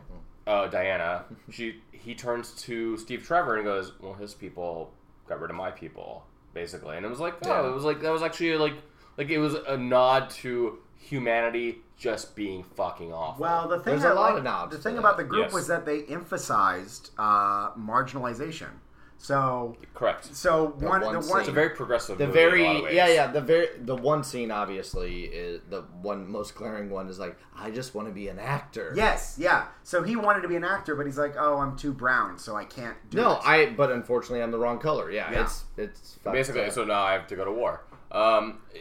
Uh, Diana. She he turns to Steve Trevor and goes, well, his people got rid of my people, basically. And it was like, oh,
Yeah.
it was like that was actually like like it was a nod to humanity just being fucking awful.
Well, the thing
There's
I
a lot
liked-
of knobs
The
to
thing
that.
about the group
Yes.
was that they emphasized uh, marginalization. So,
correct.
so one,
one
the one,
It's a very progressive.
The
movie in a lot of
very
ways.
yeah yeah the very the one scene obviously is the one most glaring one is like I just want to be an actor.
yes, yeah. So he wanted to be an actor, but he's like, oh, I'm too brown, so I can't do
No,
it.
I. But unfortunately, I'm the wrong color. Yeah,
Yeah.
it's it's fucked
Basically,
up.
so now I have to go to war. Um, uh,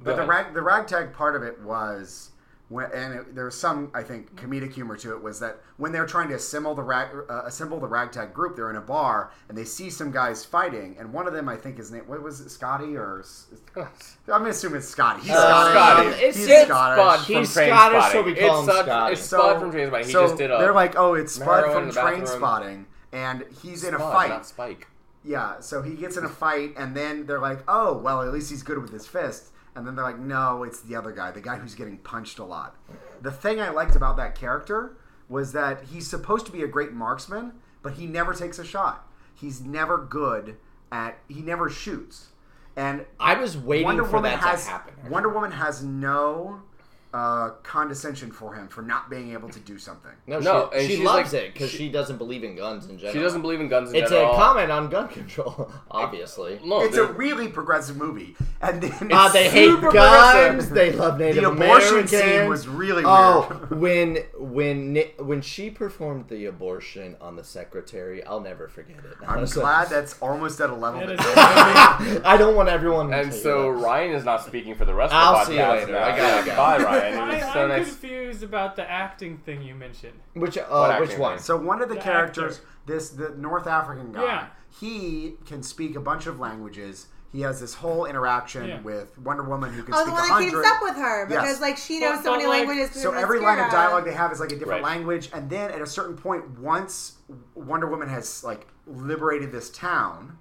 But the rag, the ragtag part of it was when, and it, there was some, I think, comedic humor to it. Was that when they're trying to assemble the rag, uh, assemble the ragtag group, they're in a bar and they see some guys fighting, and one of them, I think, his name, what was it, Scotty or? S- I'm gonna assume it's Scotty. He's Scottish.
uh, Scotty.
Uh, Um, It's-
He's
it's
Scottish.
He's Scottish, so we call
it's
him
Spud-
Scotty.
It's Spud from Trainspotting. He
so
just did a
they're like, oh, it's Spud
Marrow
from
in the bathroom.
Train Spotting, and he's in a
Spud,
fight.
not Spike.
Yeah, so he gets in a fight, and then they're like, oh, well, at least he's good with his fist. And then they're like, no, it's the other guy, the guy who's getting punched a lot. The thing I liked about that character was that he's supposed to be a great marksman, but he never takes a shot. He's never good at, he never shoots. And
I was waiting
Wonder
for
Woman
that
has
to happen.
Wonder Woman has no uh, condescension for him for not being able to do something.
no,
No,
she,
and
she
she's
loves
like-
it because she,
she-
doesn't believe in guns in general.
She doesn't believe in guns in
It's a
general.
comment on gun control, obviously.
No,
It's a
they're-
really progressive movie, and then
Uh, they hate
Super
guns.
progressive.
They love Native
The abortion
Americans.
scene was really
Oh,
weird.
when when Ni- when she performed the abortion on the secretary, I'll never forget it.
I'm glad that's almost at a level.
That
That
is
I don't want everyone. to
And
hear
so
that.
Ryan is not speaking for the rest
I'll
of
see
the podcast.
you later.
now.
I gotta go.
Bye, Ryan. It
I,
was so
I'm
nice.
confused about the acting thing you mentioned.
which
What
uh,
acting
which one?
thing?
so one of the,
The
characters,
actor.
this the North African guy,
Yeah.
he can speak a bunch of languages. He has this whole interaction
Yeah.
with Wonder Woman who can
Oh, the
speak
one
a
that keeps
hundred.
up with her because
Yes.
like she
Well,
knows so
but,
many
like-
languages.
So
through
every line of
mascara.
dialogue they have is like a different
Right.
language, and then at a certain point, once Wonder Woman has like liberated this town,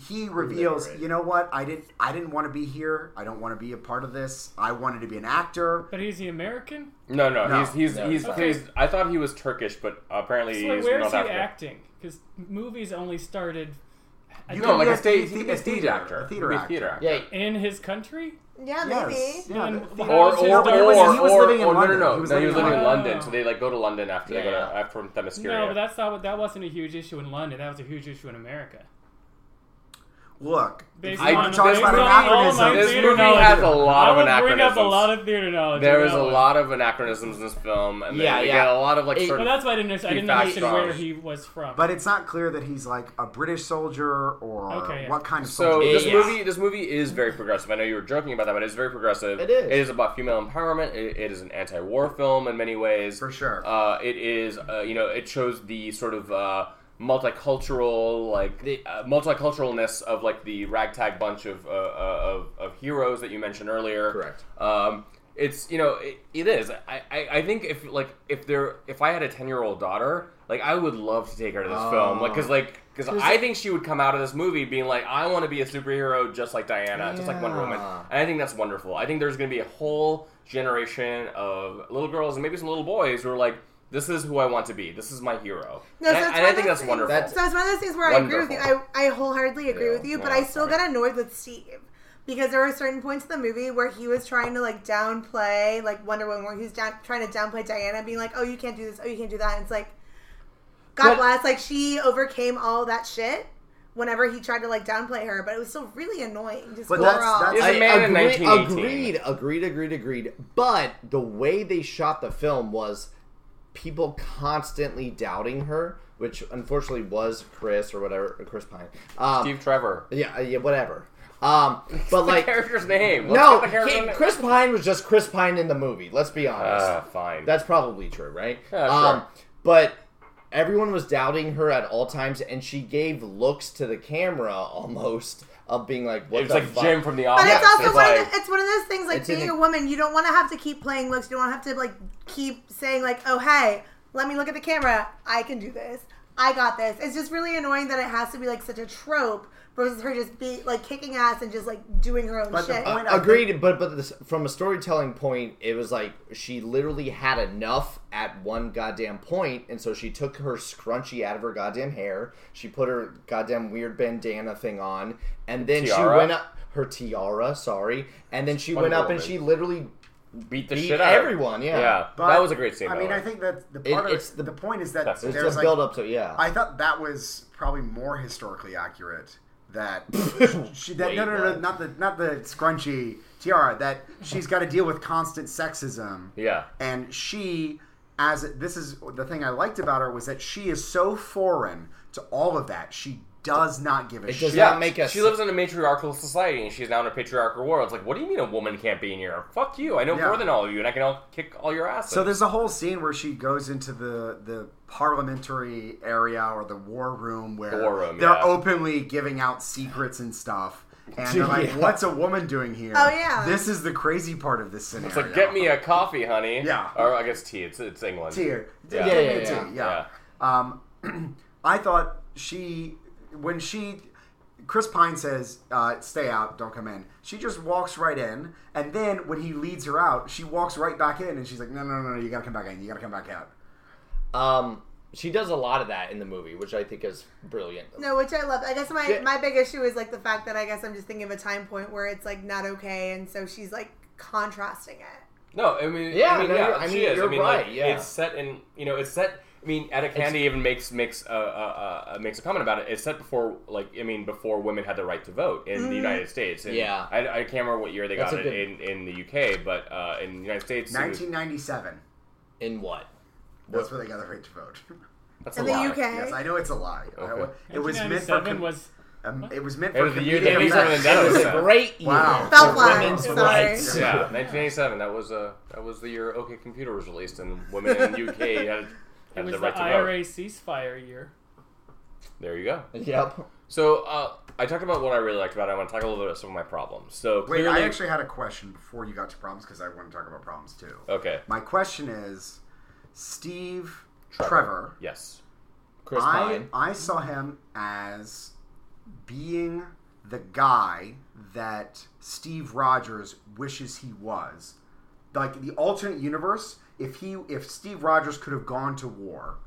he reveals,
Liberated.
you know what? I didn't. I didn't want to be here. I don't want to be a part of this. I wanted to be an actor.
But he's the American.
No, no,
No.
he's he's
No,
he's,
he's not.
he's. I thought he was Turkish, but apparently
So
he's
like, where's
North
he
African.
acting? Because movies only started. I
You
No,
think
don't
like
Yeah,
a stage,
the-
he could be a
the
stage
theater,
actor,
the theater
He could be a
actor.
theater actor.
Yeah,
in his country.
Yeah, maybe.
Yes. Yeah,
Then
the-
that
Or
Oh, was his
or
he
daughter-
or
was- he was
or,
living in
or no no
London.
no
He was
no, he was
living in
living in
London.
London, so they like go to London after they go to
Yeah.
after from Themyscira.
No, but that's not. what- That wasn't a huge issue in London. That was a huge issue in America.
Look,
Based
I-
on,
talk
based
about
on all my
anachronism.
this
theater
movie
knowledge,
has a lot of
I would bring up a
anachronisms.
lot of theater knowledge.
There
in
is
that
a
one.
lot of anachronisms in this film, and
Yeah,
they, they
yeah.
get a lot of like
It-
sort
Well,
of.
that's why I didn't. Understand. I
He
didn't understand
backstopped.
where he was from.
but it's not clear that he's like a British soldier or
Okay, yeah.
what kind of
So
soldier.
Yeah,
this
yeah.
movie, this movie is very progressive. I know you were joking about that, but it's very progressive.
It is.
It is about female empowerment. It, it is an anti-war film in many ways.
For sure.
Uh, it is. Uh, you know, it shows the sort of uh, multicultural, like the uh, multiculturalness of like the ragtag bunch of, uh, uh, of of heroes that you mentioned earlier.
Correct.
Um, it's you know it, it is. I, I I think if like if there if I had a ten year old daughter, like I would love to take her to this
Oh.
film, like because like because I think she would come out of this movie being like, I want to be a superhero just like Diana, just like Wonder Woman,
Yeah.
and I think that's wonderful. I think there's going to be a whole generation of little girls and maybe some little boys who are like, this is who I want to be. This is my hero,
No,
and,
so
I-
it's
and
one
I
of
think
those
that's wonderful.
things- So it's one of those things where I agree with you.
Wonderful.
I, I wholeheartedly agree
Yeah.
with you, but
No,
I still
sorry.
got annoyed with Steve because there were certain points in the movie where he was trying to like downplay like Wonder Woman, where he was down, trying to downplay Diana, being like, "Oh, you can't do this. Oh, you can't do that." And it's like, God
But-
bless, like she overcame all that shit. Whenever he tried to like downplay her, but it was still really annoying. Just
But that's-
overall,
that's-
It's a man in 1918.
agreed, agreed, agreed, agreed. But the way they shot the film was people constantly doubting her, which unfortunately was Chris or whatever, uh, Chris Pine. Um,
Steve Trevor,
Yeah, uh, yeah, whatever. Um,
the
but like,
character's name. Let's
no,
get the character
he-
name.
Chris Pine was just Chris Pine in the movie. Let's be honest.
Ah, fine.
That's probably true, right? Um,
Yeah, sure.
but everyone was doubting her at all times, and she gave looks to the camera almost of being like, "What
it's
the
like
fuck?"
Jim from the
But
office.
it's also
It's
one
like-
of the, it's one of those things like
It's an
being
ex-
a woman, you don't want to have to keep playing looks. You don't have to like keep saying like, "Oh hey, let me look at the camera. I can do this. I got this." It's just really annoying that it has to be like such a trope versus her just be like kicking ass and just like doing her own
But the
shit.
point- I
Agreed, but but this, from a storytelling point, it was like she literally had enough at one goddamn point, and so she took her scrunchie out of her goddamn hair. She put her goddamn weird bandana thing on, and then
Tiara?
she went up her tiara. Sorry, and then she went
Wonder
up
Woman.
and she literally
beat the
beat
shit out of
everyone, yeah.
But,
that was a great scene.
I
by
mean,
the
I
way.
think that the
It-
part of
it's the-
the point is that
That's-
it's
there's
the
like
build up to yeah.
I thought that was probably more historically accurate. That she that no
Wait,
no no,
what?
not the not the scrunchy tiara that she's got to deal with constant sexism.
Yeah.
and she as this is the thing I liked about her was that she is so foreign to all of that. She does not give a
does
shit.
not make us-
She lives in a matriarchal society, and she's now in a patriarchal world. It's like, what do you mean a woman can't be in here? Fuck you! I know
Yeah.
more than all of you, and I can all kick all your asses.
So there's a whole scene where she goes into the the parliamentary area or the war room where
The war room,
they're
yeah.
openly giving out secrets and stuff. And they're like,
Yeah.
"What's a woman doing here?"
Oh, yeah.
This is the crazy part of this scenario.
it's like, get me a coffee, honey.
Yeah.
Or I guess tea. It's it's England.
tea. Give
Yeah.
me a
Yeah, yeah,
tea, yeah. Um, I thought she when she Chris Pine says, uh, "Stay out, don't come in." She just walks right in, and then when he leads her out, she walks right back in, and she's like, "No, no, no, no! You gotta come back in. You gotta come back out."
um, she does a lot of that in the movie, which I think is brilliant.
no, which I love. I guess my
Yeah.
my big issue is like the fact that I guess I'm just thinking of a time point where it's like not okay, and so she's like contrasting it.
No, I mean,
Yeah,
I mean,
no,
yeah,
you're- I
she
mean,
is. I
you're
mean,
right,
like,
yeah.
it's set in, you know, it's set. I mean, Etta Candy even makes makes uh, uh, uh, makes a comment about it. It's set before, like, I mean, before women had the right to vote in
Mm.
the United States. And
Yeah.
I, I can't remember what year they
That's
got it
a good-
in, in the UK, but uh, in the United States, it was-
1997.
In what?
That's where they got the right to vote.
that's
In
a
the
lot.
UK,
yes, I know it's a lie.
Okay.
I- it was meant for.
1997
com-
was
um, it was meant
It
for.
was the year
comedic
that we started
effect.
That was
Yeah.
a great year.
Wow.
for
Felt like,
women's
sorry.
rights.
Yeah, 1987. That was uh, that was the year OK Computer was released, and women in the UK had,
it
had
was
the
the
right to
IRA
vote.
ceasefire year.
There you go.
Yep.
So uh, I talked about what I really liked about it. I want to talk a little bit about some of my problems. So
Wait,
clearly,
I actually had a question before you got to problems because I want to talk about problems too.
okay,
My question is, Steve
Trevor.
Trevor
yes,
Chris
I,
Pine.
I saw him as being the guy that Steve Rogers wishes he was. Like the alternate universe, if he if Steve Rogers could have gone to war,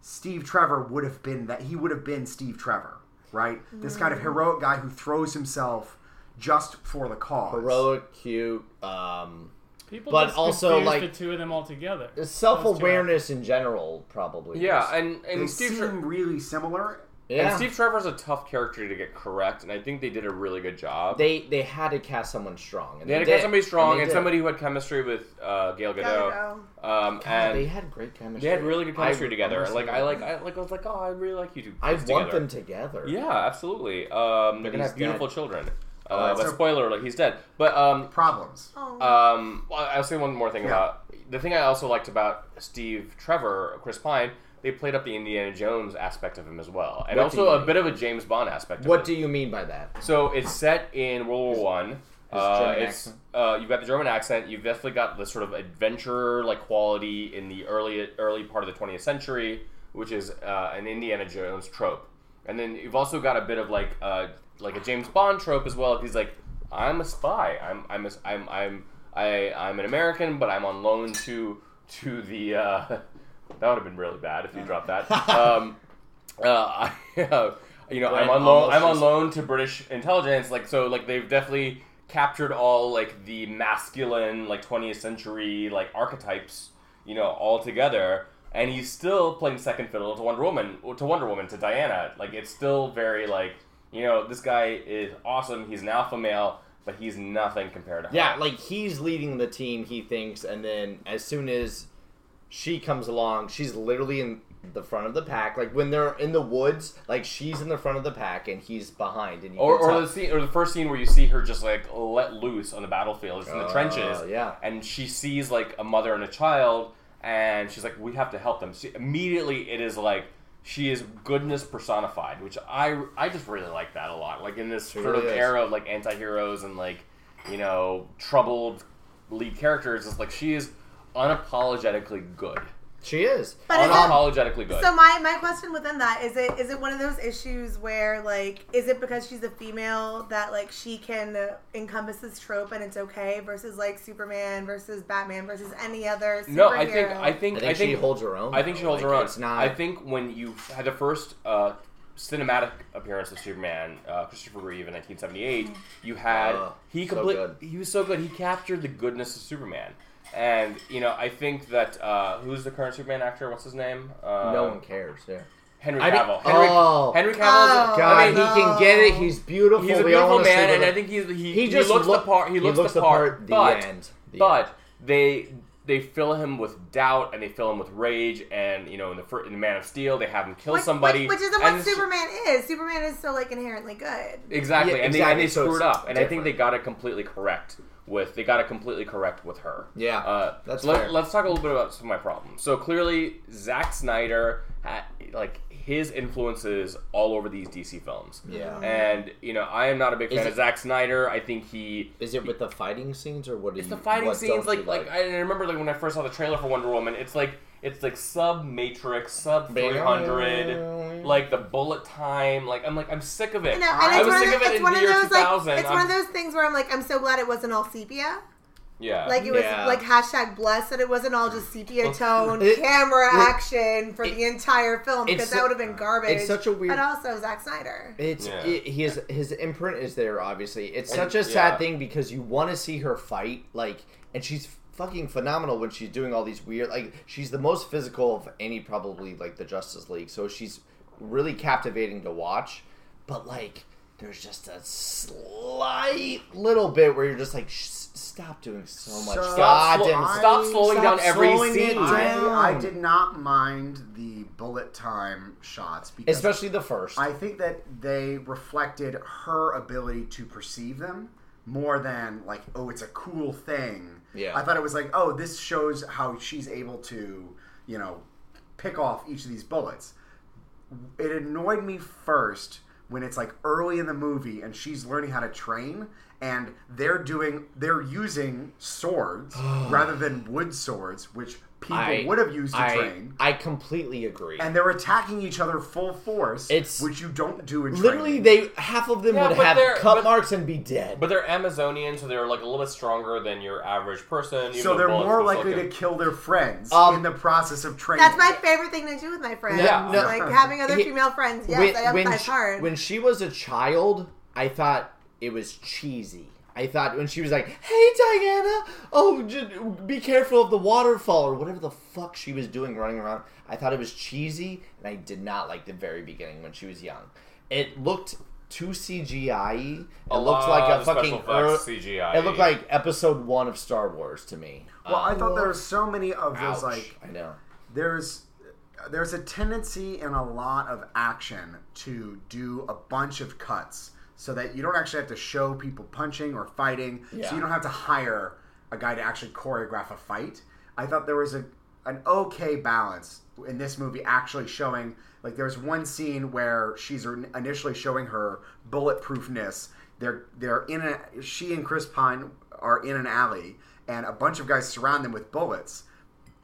Steve Trevor would have been that he would have been Steve Trevor, right? This kind of heroic guy who throws himself just for the cause.
Heroic, cute, um,
People
But
just
also,
confuse
like-
the two of them all together.
self awareness in general, probably.
yeah, and and
They
Steve
seem
Tre-
really similar.
yeah.
and Steve Trevor's a tough character to get correct, and I think they did a really good job.
they they had to cast someone strong. And
They had to
did.
get somebody strong
they
and,
did.
somebody who had chemistry with uh, Gail Gadot.
Gadot.
Um,
God,
and
they had great chemistry.
they had really good chemistry
I
together.
honestly-
Like I like I like I was like oh I really like you two.
I want
guys together.
them together.
Yeah, absolutely. Um,
They're
they're
gonna
gonna
have
beautiful
dead-
children.
Oh,
Uh,
that's
but
so-
spoiler alert, he's dead. But um,
Problems.
Oh.
Um, well, I'll say one more thing
Yeah.
about the thing I also liked about Steve Trevor, Chris Pine. They played up the Indiana Jones aspect of him as well, and
What do
also
you
a
mean?
bit of a James Bond aspect.
What
of
do
it.
you mean by that?
So it's set in World War One. Uh,
German
it's
accent.
uh, you've got the German accent. You've definitely got the sort of adventure like quality in the early early part of the 20th century, which is uh, an Indiana Jones trope. And then you've also got a bit of like uh, like a James Bond trope as well. He's like, I'm a spy. I'm I'm a, I'm I'm I, I'm an American, but I'm on loan to to the. Uh, that would have been really bad if you dropped that. Um, uh, I, you know,
Right,
I'm on loan.
almost
I'm on
just-
loan to British intelligence. Like so, like they've definitely captured all like the masculine, like 20th century, like archetypes. You know, all together, and he's still playing second fiddle to Wonder Woman, to Wonder Woman, to Diana. Like it's still very like you know, this guy is awesome. He's an alpha male, but he's nothing compared to her.
Yeah, like he's leading the team, he thinks, and then as soon as she comes along, she's literally in the front of the pack. Like when they're in the woods, like she's in the front of the pack and he's behind. And you
Or,
can
or
tell-
the scene, or the first scene where you see her just like let loose on the battlefield, just in the
Oh,
trenches.
yeah.
And she sees like a mother and a child, and she's like, "We have to help them." She, immediately, it is like she is goodness personified, which I I just really like that a lot. Like in this
She
sort of
really is.
era of like anti-heroes and like you know troubled lead characters, it's like she is unapologetically good.
she is.
But I thought-
unapologetically good.
So my, my question within that is it is it one of those issues where like is it because she's a female that like she can encompass this trope and it's okay versus like Superman versus Batman versus any other superhero?
No, I think I think
I think, she holds her own.
I think she
though.
holds
Like,
her own.
It's not.
I think when you had the first uh, cinematic appearance of Superman, uh, Christopher Reeve in 1978, you had
Uh,
he
so
complete.
good.
he was so good. He captured the goodness of Superman, and you know I think that uh, who's the current Superman actor? What's his name? Uh,
no one cares. Yeah.
Henry
I mean-
Cavill. Henry,
Oh.
Henry Cavill.
Oh,
God,
I mean,
he can get it.
no.
He's beautiful.
he's a
We
beautiful
honestly
man,
love
and
it.
I think he's he,
He
he
just
looks
look-
the part. He,
he
looks,
looks
the
the
part.
part, the
but
end, the
but
end.
they they fill him with doubt and they fill him with rage, and you know in the fir- in the Man of Steel they have him kill
Which-
somebody,
which, which isn't
and
what
it's ju-
Superman is. Superman is so like inherently good.
Exactly,
Yeah,
and they, and
exactly,
they
so
screwed
it's
up, and I think
different.
they got it completely correct with they got it completely correct with her.
Yeah,
uh,
that's fair.
let, let's talk a little bit about some of my problems. So clearly, Zack Snyder, had, like his influences all over these DC films.
Yeah.
and you know I am not a big
Is
fan
it-
of Zack Snyder. I think he
Is it with the fighting scenes or what? do
it's the
you-
fighting
what
scenes,
don't you
like like I I remember like when I first saw the trailer for Wonder Woman. It's like it's like sub Matrix, sub three hundred, like the bullet time. Like I'm like I'm sick of it.
No,
I
and it's
was
one,
sick
of,
of
the,
it
it's
in
one
the
of
year
those
2000.
like it's
I'm-
one of those things where I'm like, I'm so glad it wasn't all sepia.
Uh, yeah,
Like it was
Yeah.
like hashtag blessed that it wasn't all just sepia tone
It-
camera
it-
action for the entire film
it's
because
su-
that would have been garbage.
it's such a weird-
And also Zack Snyder.
It's
Yeah.
it, he is, his imprint is there obviously. It's
And-
such a sad
yeah.
thing because you want to see her fight like and she's fucking phenomenal when she's doing all these weird like she's the most physical of any probably like the Justice League. So she's really captivating to watch, but like there's just a slight little bit where you're just like "Shh, stop doing so much.
So-
stop, slo-
goddamn-
stop slowing
stop
down every
slowing it
scene.
down."
I, I did not mind the bullet time shots because
especially the first.
I think that they reflected her ability to perceive them more than like, oh, it's a cool thing.
Yeah.
I thought it was like, oh, this shows how she's able to, you know, pick off each of these bullets. it annoyed me first when it's like early in the movie and she's learning how to train and they're doing they're using swords rather than wood swords which people
I
would have used to
I,
train
I completely agree.
and they're attacking each other full force
It's-
which you don't do in
Literally,
training.
they half of them
Yeah,
would
but
have
they're-
cut
but-
marks and be dead.
But they're Amazonian, so they're like a little bit stronger than your average person. even
so
though
they're
bullets
more
can still
likely
get-
to kill their friends
Um,
in the process of training
That's my favorite thing to do with my friends.
Yeah, no.
like having other
He-
female friends. Yes, I
when, when
empathize
she,
hard.
when she was a child, I thought it was cheesy. I thought when she was like, "Hey, Diana, oh, j- be careful of the waterfall or whatever the fuck she was doing running around," I thought it was cheesy, and I did not like the very beginning when she was young. It looked too CGI. It
A
looked
lot
like a
of special
fucking
effects
ear-
CGI.
It looked like episode one of Star Wars to me.
well
Um,
i thought there were so many of those
ouch.
like
I know.
there's there's a tendency in a lot of action to do a bunch of cuts so that you don't actually have to show people punching or fighting
Yeah.
so you don't have to hire a guy to actually choreograph a fight i thought there was a an okay balance in this movie actually showing like there's one scene where she's initially showing her bulletproofness they're they're in a she and chris pine are in an alley and a bunch of guys surround them with bullets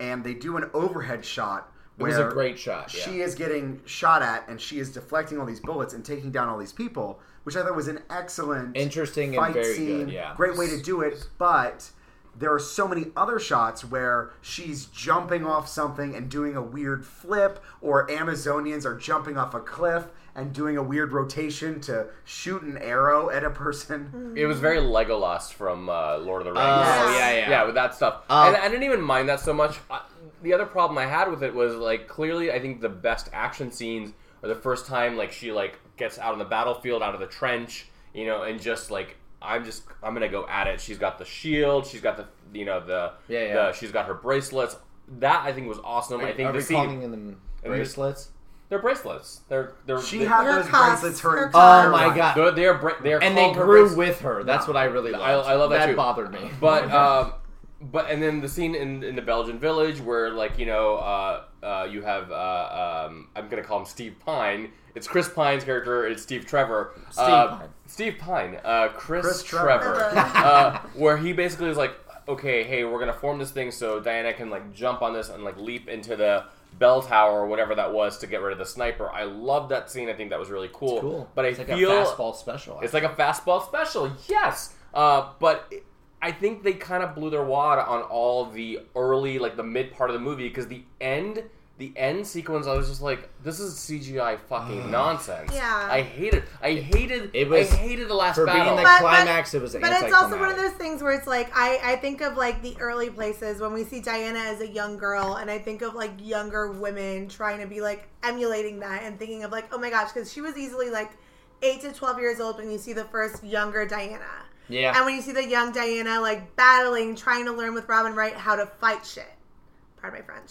and they do an overhead shot
It
where
was a great shot. Yeah.
she is getting shot at and she is deflecting all these bullets and taking down all these people, which I thought was an excellent,
Interesting and
fight
very
scene,
good, yeah.
great way to do it. But there are so many other shots where she's jumping off something and doing a weird flip, or Amazonians are jumping off a cliff and doing a weird rotation to shoot an arrow at a person.
It was very Legolas from uh, Lord of the Rings.
Oh,
Yes.
yeah, yeah.
yeah, with that stuff.
Um,
and I didn't even mind that so much. I, the other problem I had with it was like clearly, I think the best action scenes are the first time like she like gets out on the battlefield, out of the trench, you know, and just like I'm just I'm gonna go at it. She's got the shield. She's got the you know the
Yeah, yeah.
the- she's got her bracelets. That I think was awesome. I think
Are
the
we
scene
calling them bracelets?
they're bracelets. They're they're
She
they're,
had
Mm. Her
those
cuffs,
bracelets her
her
entire
Oh my
life.
God.
they're, they're, bra- they're
and they
called her
grew
bracelets.
with her. That's what I really loved.
I- I love that
That
too.
bothered me.
But um, but and then the scene in, in the Belgian village where like you know uh, uh, you have uh, um, I'm gonna call him Steve Pine. It's Chris Pine's character. It's Steve Trevor. Steve
Pine.
Steve Pine. Uh, Chris,
Chris Trevor.
Trevor. uh, where he basically is like, okay, hey, we're gonna form this thing so Diana can like jump on this and like leap into the bell tower or whatever that was to get rid of the sniper. I love that scene. I think that was really cool.
cool.
But I
it's like
feel
a fastball special.
it's like a fastball special, yes. Uh, but I think they kind of blew their wad on all the early, like the mid part of the movie, because the end, the end sequence, I was just like, this is CGI fucking nonsense.
Yeah.
I hate it. I hated.
It was-
I hated the last
for being
battle.
the
But-
climax. it was.
But it's also one of
anticlimactic.
those things where it's like I, I think of like the early places when we see Diana as a young girl, and I think of like younger women trying to be like emulating that and thinking of like oh my gosh, because she was easily like eight to twelve years old when you see the first younger Diana,
Yeah.
and when you see the young Diana like battling, trying to learn with Robin Wright how to fight shit. Pardon my French.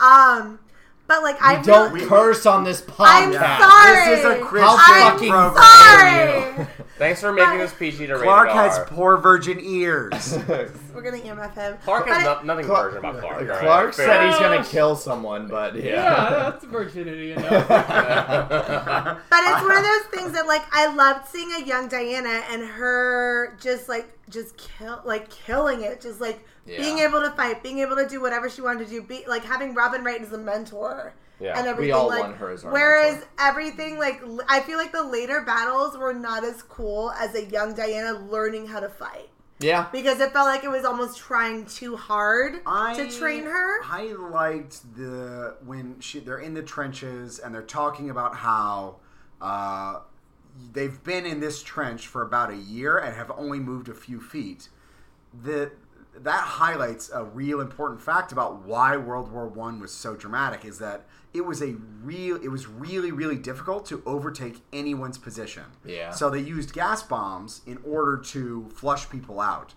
Um, but like I
You don't
really-
curse on this podcast.
I'm sorry.
This is a Christian
I'm
fucking
program.
sorry.
Thanks for making
But-
this PG to rated
Clark has
R.
poor virgin ears.
We're gonna EMF him.
Clark has
But-
no, nothing
Clark-
version about Clark. all
Clark
right?
said
Fair
he's
enough.
gonna kill someone, but
Yeah,
yeah.
that's virginity enough.
But it's one of those things that like I loved seeing a young Diana and her just like just kill like killing it, just like
Yeah.
being able to fight, being able to do whatever she wanted to do, be like having Robin Wright as a mentor.
Yeah.
And
We
everything,
all
like,
want her as our
Whereas
mentor.
everything, like, l- I feel like the later battles were not as cool as a young Diana learning how to fight
Yeah.
because it felt like it was almost trying too hard
I,
to train her.
I liked the when she they're in the trenches and they're talking about how uh, they've been in this trench for about a year and have only moved a few feet. The that highlights a real important fact about why World War One was so dramatic is that it was a real it was really really difficult to overtake anyone's position.
Yeah.
So they used gas bombs in order to flush people out.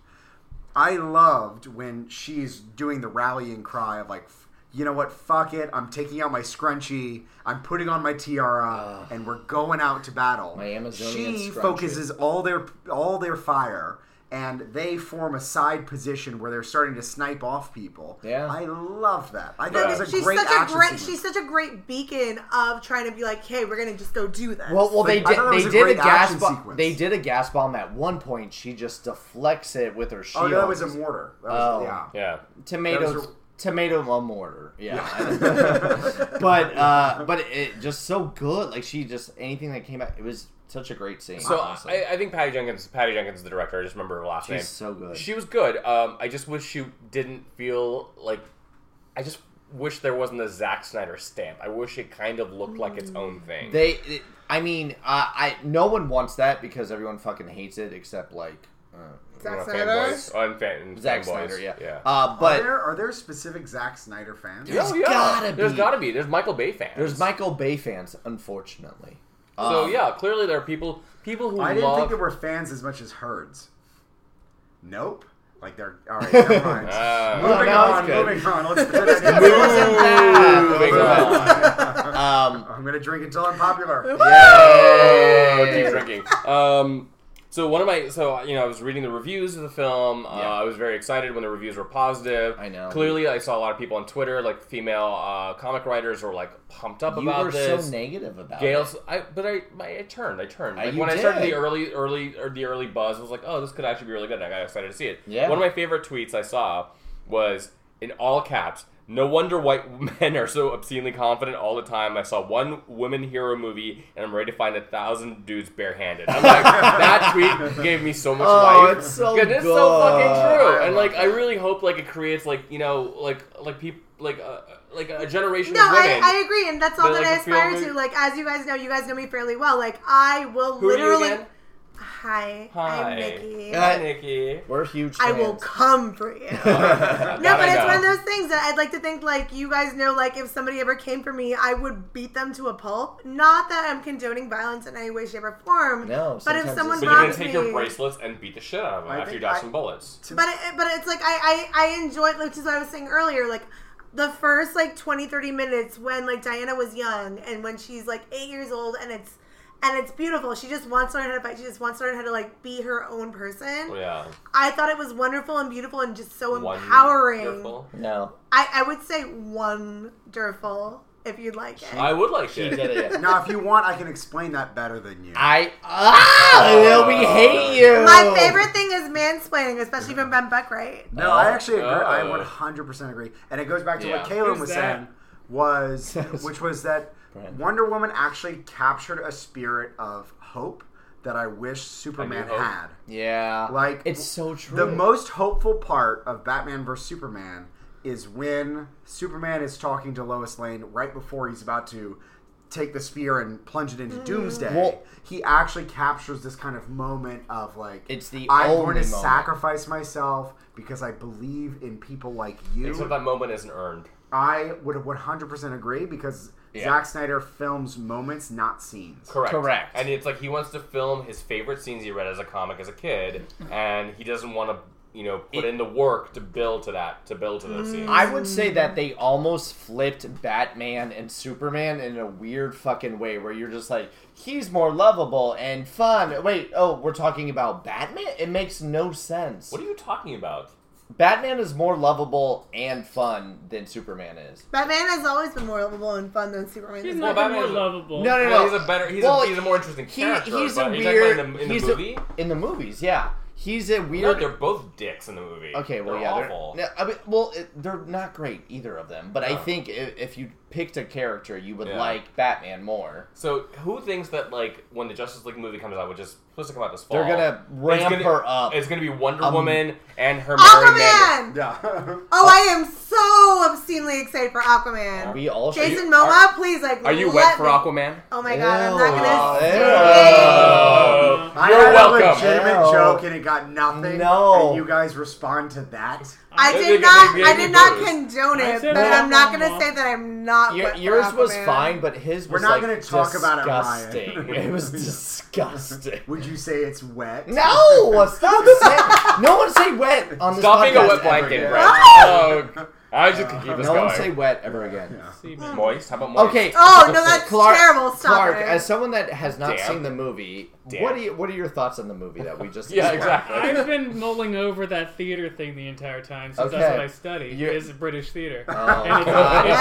I loved when she's doing the rallying cry of like, "F- you know what, fuck it, I'm taking out my scrunchie, I'm putting on my tiara, and we're going out to battle.
My Amazonian
she
scrunchie.
focuses all their all their fire and they form a side position where they're starting to snipe off people.
Yeah.
I love that. I
No,
thought it was a
she's
great
such a
action
great
sequence.
she's such a great beacon of trying to be like, hey, we're gonna just go do this.
Well, well, they
Like,
did.
I thought that
They
was a
did a
great
gas
action
bomb.
sequence.
They did a gas bomb at one point. She just deflects it with her shield.
Oh, no, that was a mortar. That was,
Oh.
Yeah.
Yeah.
tomato
That was a-
tomato love mortar. Yeah, but uh, but it just so good. Like she just anything that came out. It was such a great scene.
So
honestly.
I, I think Patty Jenkins, Patty Jenkins, is the director. I just remember her last name.
she's so good.
She was good. Um, I just wish she didn't feel like. I just wish there wasn't a Zack Snyder stamp. I wish it kind of looked like its
Mm.
own thing.
they. It, I mean, uh, I no one wants that because everyone fucking hates it except like uh,
You know,
Zack Snyder.
fanboys. Oh, I'm fan.
Zack
fanboys.
Snyder. Yeah,
Yeah. Oh,
Uh,
Are,
but
there, are there specific Zack Snyder fans?
Yeah. there's
yeah.
gotta
There's
be-
gotta be. There's Michael Bay fans.
there's Michael Bay fans, unfortunately.
So
Um,
yeah, clearly there are people people who
I didn't
love.
think there were fans as much as herds. Nope. Like they're all right. Never mind.
Ah.
moving
no,
on.
it's good.
Moving on. Let's pretend I
It
didn't-
wasn't bad.
Moving
on.
Um,
I'm gonna drink until I'm popular.
Oh,
yeah.
keep drinking. Um, so one of my so you know I was reading the reviews of the film. Uh,
Yeah.
I was very excited when the reviews were positive.
I know.
Clearly, I saw a lot of people on Twitter, like female uh, comic writers, were like pumped up
You
about
were
this.
so negative about
Gail,
it.
I but I, my, I turned, I turned.
Uh,
Like,
you
when I started
did.
the early, early, or the early buzz, I was like, oh, this could actually be really good. And I got excited to see it.
Yeah.
One of my favorite tweets I saw was in all caps. No wonder white men are so obscenely confident all the time. I saw one women hero movie, and I'm ready to find a thousand dudes barehanded. I'm like, that tweet gave me so much
Oh,
life.
it's so
Good, It's so fucking
good.
true. And like, I really hope like it creates like you know like like people like uh, like a generation
No,
of women.
I, I agree, and that's all
But,
that
like,
I
the feel
aspire
good-
to. Like, as you guys know, you guys know me fairly well. Like, I will
Who
literally.
are you again?
Hi,
Hi.
I'm Nikki.
Uh,
Hi, Nikki.
We're huge.
I
Fans.
will come for you.
That
No, but
I
it's
know.
one of those things that I'd like to think, like, you guys know, like, if somebody ever came for me, I would beat them to a pulp. Not that I'm condoning violence in any way, shape, or form.
No,
But if
sometimes
someone
But
it's-
you're gonna
robs
take
me.
your bracelets and beat the shit out of them
I
after
think
you dodge
I-
some bullets.
But, it, but it's like, I, I, I enjoy, which is what I was saying earlier, like, the first, like, 20, 30 minutes when, like, Diana was young and when she's, like, eight years old and it's, and it's beautiful. She just wants to learn how to fight. She just wants to learn how to, like, be her own person.
Oh,
Oh,
Yeah.
I thought it was wonderful and beautiful and just so empowering.
Wonderful.
No,
I, I would say wonderful if you'd like it.
I would like
he
it.
did it.
Now, if you want, I can explain that better than you.
I ah, we hate you.
My favorite thing is mansplaining, especially from Ben Buckwright.
No, I actually agree. I
Oh.
100% agree. And it goes back to what
Yeah.
Kaylin
Who's
was
that?
saying, was which was that
Brandon.
Wonder Woman actually captured a spirit of hope that I wish Superman
hope.
had.
Yeah,
Like,
it's so true.
The most hopeful part of Batman vs Superman is when Superman is talking to Lois Lane right before he's about to take the spear and plunge it into Doomsday.
Well-
he actually captures this kind of moment of like,
It's the
I'm
only
going to
moment."
sacrifice myself because I believe in people like
Except
you.
that moment isn't earned.
I would 100% agree because
Yeah.
Zack Snyder films moments, not scenes.
Correct.
Correct.
And it's like he wants to film his favorite scenes he read as a comic as a kid, and he doesn't want to, you know, put
It-
in the work to build to that, to build to those scenes.
I would say that they almost flipped Batman and Superman in a weird fucking way where you're just like, he's more lovable and fun. Wait, oh, we're talking about Batman? It makes no sense.
what are you talking about?
Batman is more lovable and fun than Superman is.
Batman has always been more lovable and fun than Superman.
He's
is.
not
Well,
more
Batman's a-
lovable.
No, no,
Well,
no.
he's a better, he's,
Well,
a, he's a more interesting
he-
character.
he's
but
a
are you talking about
weird.
In the, in
he's
the
a-
movie?
in the movies, yeah. He's a
No,
weird.
they're both dicks in the movie.
Okay, well,
they're
yeah,
awful.
they're no, I mean, well, it, they're not great either of them. But I
No.
think if, if you picked a character, you would
Yeah.
like Batman more.
So who thinks that like when the Justice League movie comes out, which is supposed to come out this fall,
They're gonna
it's
ramp
gonna-
her up.
It's gonna be Wonder
Um,
Woman and her Merry
Aquaman!
Yeah.
Oh, I am so obscenely excited for Aquaman.
We all should.
Jason
Are you-
Momoa, please, like,
Are you
let
wet for
me-
Aquaman?
Oh my god, I'm not
Oh,
gonna.
ew.
say-
Oh,
I
you're
had
welcome.
a legitimate
No.
joke and it got nothing.
No.
And you guys respond to that.
I
They
did
gave-
not.
they
I
gave
did
me
not
booze.
condone
I
it,
said
but I'm not gonna
Aquaman.
say that I'm not.
Your,
wet for
yours was
Aquaman.
fine, but his was.
We're not
like,
gonna talk about it, Ryan.
disgusting. It was disgusting.
Would you say it's wet?
No, stop saying. No one say wet on this
Stop being a
podcast
wet
ever
blanket,
again.
Brad. Oh, I just could keep this
No
going.
one say wet ever again.
See, man.
moist. How about moist?
Okay.
Oh,
so
no, that's terrible. Stop
Clark,
it.
as someone that has not
Damn.
seen the movie,
Damn.
what do you, what are your thoughts on the movie that we just?
Yeah,
described?
exactly.
I've been mulling over that theater thing the entire time since
Okay.
that's what I study
You-
is British theater.
Oh,
and it's,
God.
Hey,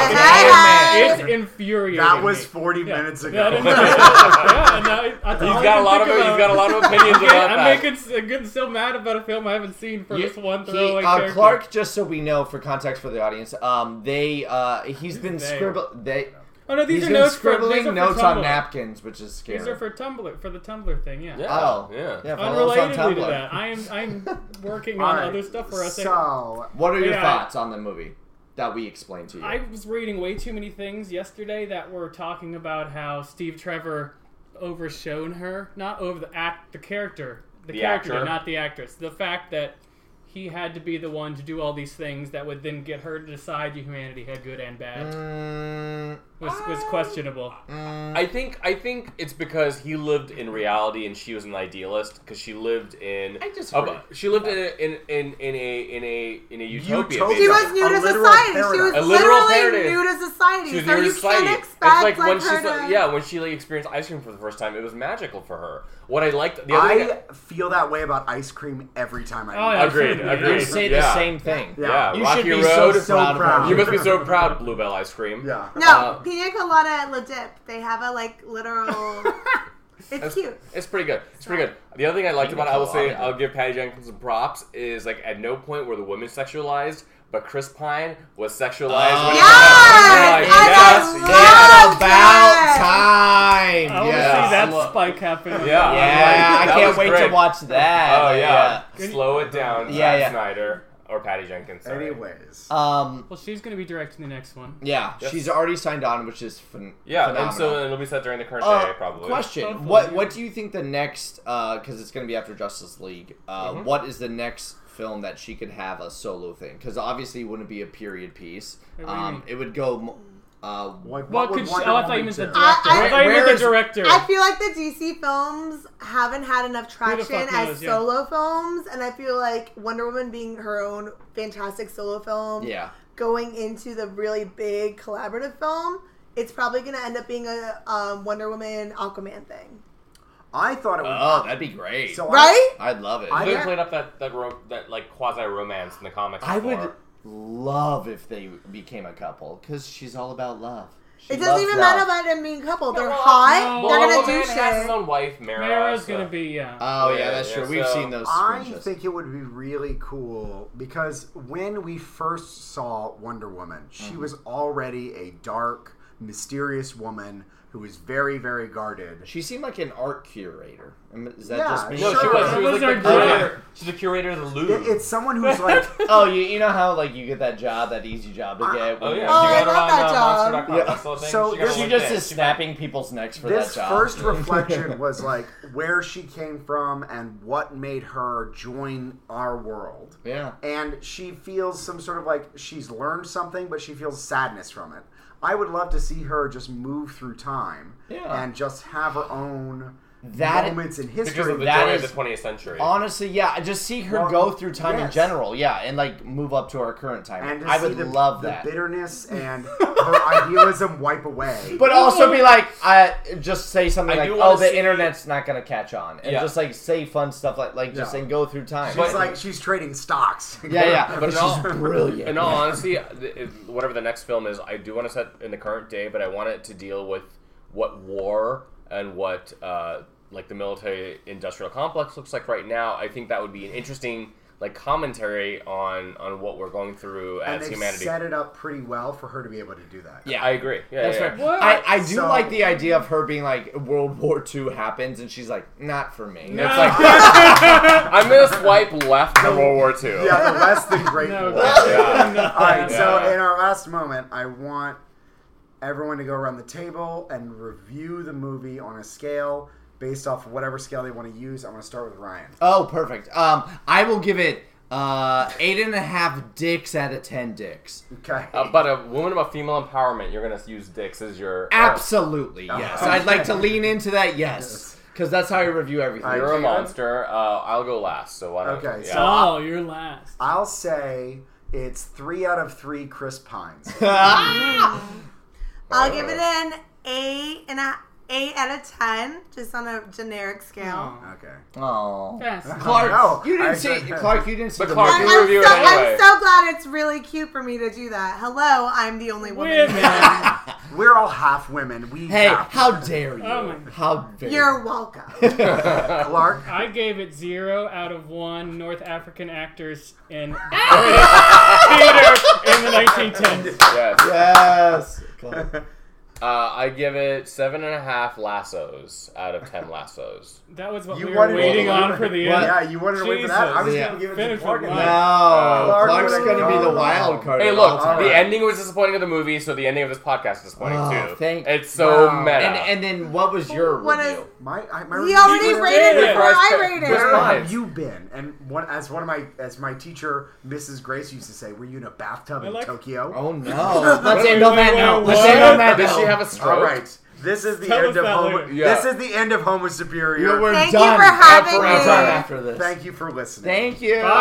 it's, it's, it's
hey,
infuriating.
That was
me.
40
Yeah.
minutes
Yeah,
ago.
I didn't know. yeah, and now I- that's all
He's got a
I can
lot of
think
he's
about.
got a lot of opinions about
I'm
that.
making s- I'm getting so mad about a film I haven't seen for
You-
this one
he-
throwaway
uh,
character.
Clark, just so we know for context for the audience, um, they uh, he's been
They.
scribbling. They
Oh no, these
he's
are
been
notes for,
scribbling
these are for
notes
Tumblr.
on napkins, which is scary.
These are for Tumblr for the Tumblr thing, yeah.
yeah,
oh,
yeah.
yeah. follow us on
Unrelatedly to
Tumblr.
that, I am I'm working
All
on
right,
other stuff for us.
So,
What are your
Yeah.
thoughts on the movie that we explained to you?
I was reading way too many things yesterday that were talking about how Steve Trevor overshone her, not over the act, the character, the,
The
character,
actor.
not the actress. The fact that he had to be the one to do all these things that would then get her to decide humanity had good and bad
Mm,
was, was questionable.
I think I think it's because he lived in reality and she was an idealist because she lived in
I disagree.
a- she lived in a, in, in in a in a in a utopia.
Utopia.
basically.
She was new
A
to
literal
society. She was
paradise.
A literal
literally
paradise.
new to society.
She was
so
new to
you
society.
can't
It's
expect
like, when
her
she's
to-
like, yeah, when she like, experienced ice cream for the first time, it was magical for her. What I liked the other thing,
I feel that way about ice cream every time I
Oh,
eat
yeah.
it.
agreed,
You
agreed.
you say the
yeah.
same thing.
Yeah,
You
Rocky
should be
Road.
so, so proud. of
proud.
her.
You must be so proud, Bluebell ice cream.
Yeah.
No,
Uh,
pina colada at La Dip. They have a like literal. it's
That's-
cute.
It's pretty good. It's pretty good. The other thing I liked
Pina
about it, I will say
colada.
I'll give Patty Jenkins some props is like at no point were the women sexualized, but Chris Pine was sexualized.
Oh.
when he
Oh,
was
Yes! And I
sexualized.
love
It's about
that.
time.
I want to
yes.
see that
Look.
spike happen.
yeah, yeah.
Yeah,
I'm like,
I
that
can't
was
wait
great.
to watch that.
Oh
Like,
yeah. slow it down,
Yeah,
Zack
yeah.
Snyder or Patty Jenkins. sorry.
Anyways.
yeah. Um.
Well, she's going to be directing the next one.
Yeah,
Yes.
she's already signed on, which is phen-
Yeah,
phenomenal.
and so it'll be set during the current
Uh,
day probably.
Question:
Hopefully.
What What do you think the next? Because it's going to be after Justice League. Uh,
Mhm.
what is the next film that she could have a solo thing? Because obviously, it wouldn't be a period piece.
Wait, what do you
Um,
mean?
it would go. mo- Uh,
What,
What,
what
could
would
she,
Wonder
oh, I thought
Woman
you meant the
do?
director.
I-
I thought you
Where
meant the
is-
director.
I feel like the DC films haven't had enough
the fuck
traction as
knows, yeah.
solo films, and I feel like Wonder Woman being her own fantastic solo film,
yeah,
going into the really big collaborative film, it's probably going to end up being a um, Wonder Woman Aquaman thing,
I thought it
oh,
was.
that'd be great.
so I-
right?
I'd love it.
I-
They
Yeah.
played up that that, ro- that like quasi romance in the comics.
I would
before.
love if they became a couple because she's all about love. She
It doesn't
loves
even
love.
matter about them being coupled. They're
Well,
hot.
no.
They're
Well,
gonna
Aquaman
do
has his
shit.
own wife, Mara.
Mara's
so-
going to be, uh, yeah.
Uh,
Oh yeah,
Yeah,
that's
yeah,
true. We've
so-
seen those.
I
screenshots.
think it would be really cool because when we first saw Wonder Woman, she
Mm-hmm.
was already a dark, mysterious woman who was very, very guarded.
she seemed like an art curator. Am- Is that
Yeah,
just me?
No, she
Sure.
was. She was,
That
was
like the
our
curator.
dream.
She's the curator of the Louvre.
It- it's someone who's like,
Oh, you, you know how like you get that job, that easy job to get.
oh
when
yeah.
you're-
Oh, I
she got her
love
on
that
uh,
job.
Monster.com.
Yeah.
That's the thing.
So
got her
she
She
on
just
LinkedIn.
is snapping people's necks for
this
that job.
first reflection was like where she came from and what made her join our world.
yeah.
and she feels some sort of like she's learned something, but she feels sadness from it. I would love to see her just move through time
Yeah.
and just have her own
That-
moments in
because of the
history.
that
joy
is-
of the 20th century.
Honestly, yeah. I Just see her
Well,
go through time in
yes.
general, yeah, and like move up to our current time.
and to
I
see
would
the,
love
the
that.
bitterness and her idealism wipe away.
But also be like, I just say something
I
like,
do
"Oh,
wanna
the
see-
internet's not gonna catch on," and
Yeah.
just like say fun stuff like, like just
Yeah.
and go through time.
she's
but-
like she's trading stocks.
yeah, yeah,
But
but
in all-
she's brilliant.
In all honesty, th- if- whatever the next film is, I do want to set in the current day, but I want it to deal with what war and what uh, like the military industrial complex looks like right now. I think that would be an interesting like commentary on on what we're going through
and
as
they
humanity.
set it up pretty well for her to be able to do that.
yeah,
I agree. Yeah,
That's
yeah,
right.
yeah.
What?
I, I do
So-
like the idea of her being like World War II happens, and she's like, not for me.
It's like I'm gonna swipe left to World War II.
Yeah, the less than great.
No,
war.
God,
Yeah.
no.
All right,
Yeah.
so in our last moment, I want everyone to go around the table and review the movie on a scale based off of whatever scale they want to use. I'm going to start with Ryan.
Oh, perfect. Um, I will give it uh eight and a half dicks out of ten dicks.
Okay.
Uh, but a woman about female empowerment, you're gonna use dicks as your
Absolutely,
Oh.
yes.
okay.
I'd like to lean into that, yes, because that's how I review everything.
I-
Oh, You're a
Jared?
monster. Uh, I'll go last. So why don't?
Okay,
Yeah.
so-
Oh, you're last.
I'll say It's three out of three Chris Pines.
I'll give it an A and a eight out of ten, just on a generic scale.
Aw.
Okay.
Oh,
Yes.
Clark,
Oh,
you didn't
I-
see Clark. You didn't see
But
the
Clark,
I'm,
market.
you review
I'm
it
so, I'm
anyway.
so glad it's really cute for me to do that. Hello, I'm the only woman.
Women.
We're all half women. We
Hey,
have-
how dare you?
Oh my-
how dare
You're welcome.
Clark.
I gave it zero out of one North African actors in theater in the 1910s.
Yes.
Yes. Clark.
Uh, I give it seven and a half lassos out of ten lassos.
That was what
You
we
wanted
were waiting
to-
on for the
What?
end.
Yeah, you wanted to wait for that. I was
Jesus.
going to give it to
Finish
Clark.
with
and
No,
mine.
then- Clark
Clark's
would've
gonna be the
gone
wild
on.
card.
Hey, look,
All
the
right.
ending was disappointing of the movie, so the ending of this podcast is disappointing
Oh,
too.
thank-
it's so
Wow.
meta.
And and then what was your
What
review?
is-
My, I, my
We
review
already
was-
rated
did.
it before I
Chris-
rated
Chris
Where
it.
Pine.
have you been? And one, as one of my as my teacher, Mrs. Grace used to say, were you in a bathtub
I
in
like-
Tokyo?
Oh no! Let's
Wait,
end on
wait,
that
wait,
note.
what?
Let's end on that
Did
note.
she have a stroke?
All right, this is the
Tell
end
us
of
that
Homo.
later.
Yeah.
This is the end of Homo
We're,
Superior.
we're
Thank you
done.
for having
We're
me.
done after this.
Thank you for listening.
Thank you.
Bye.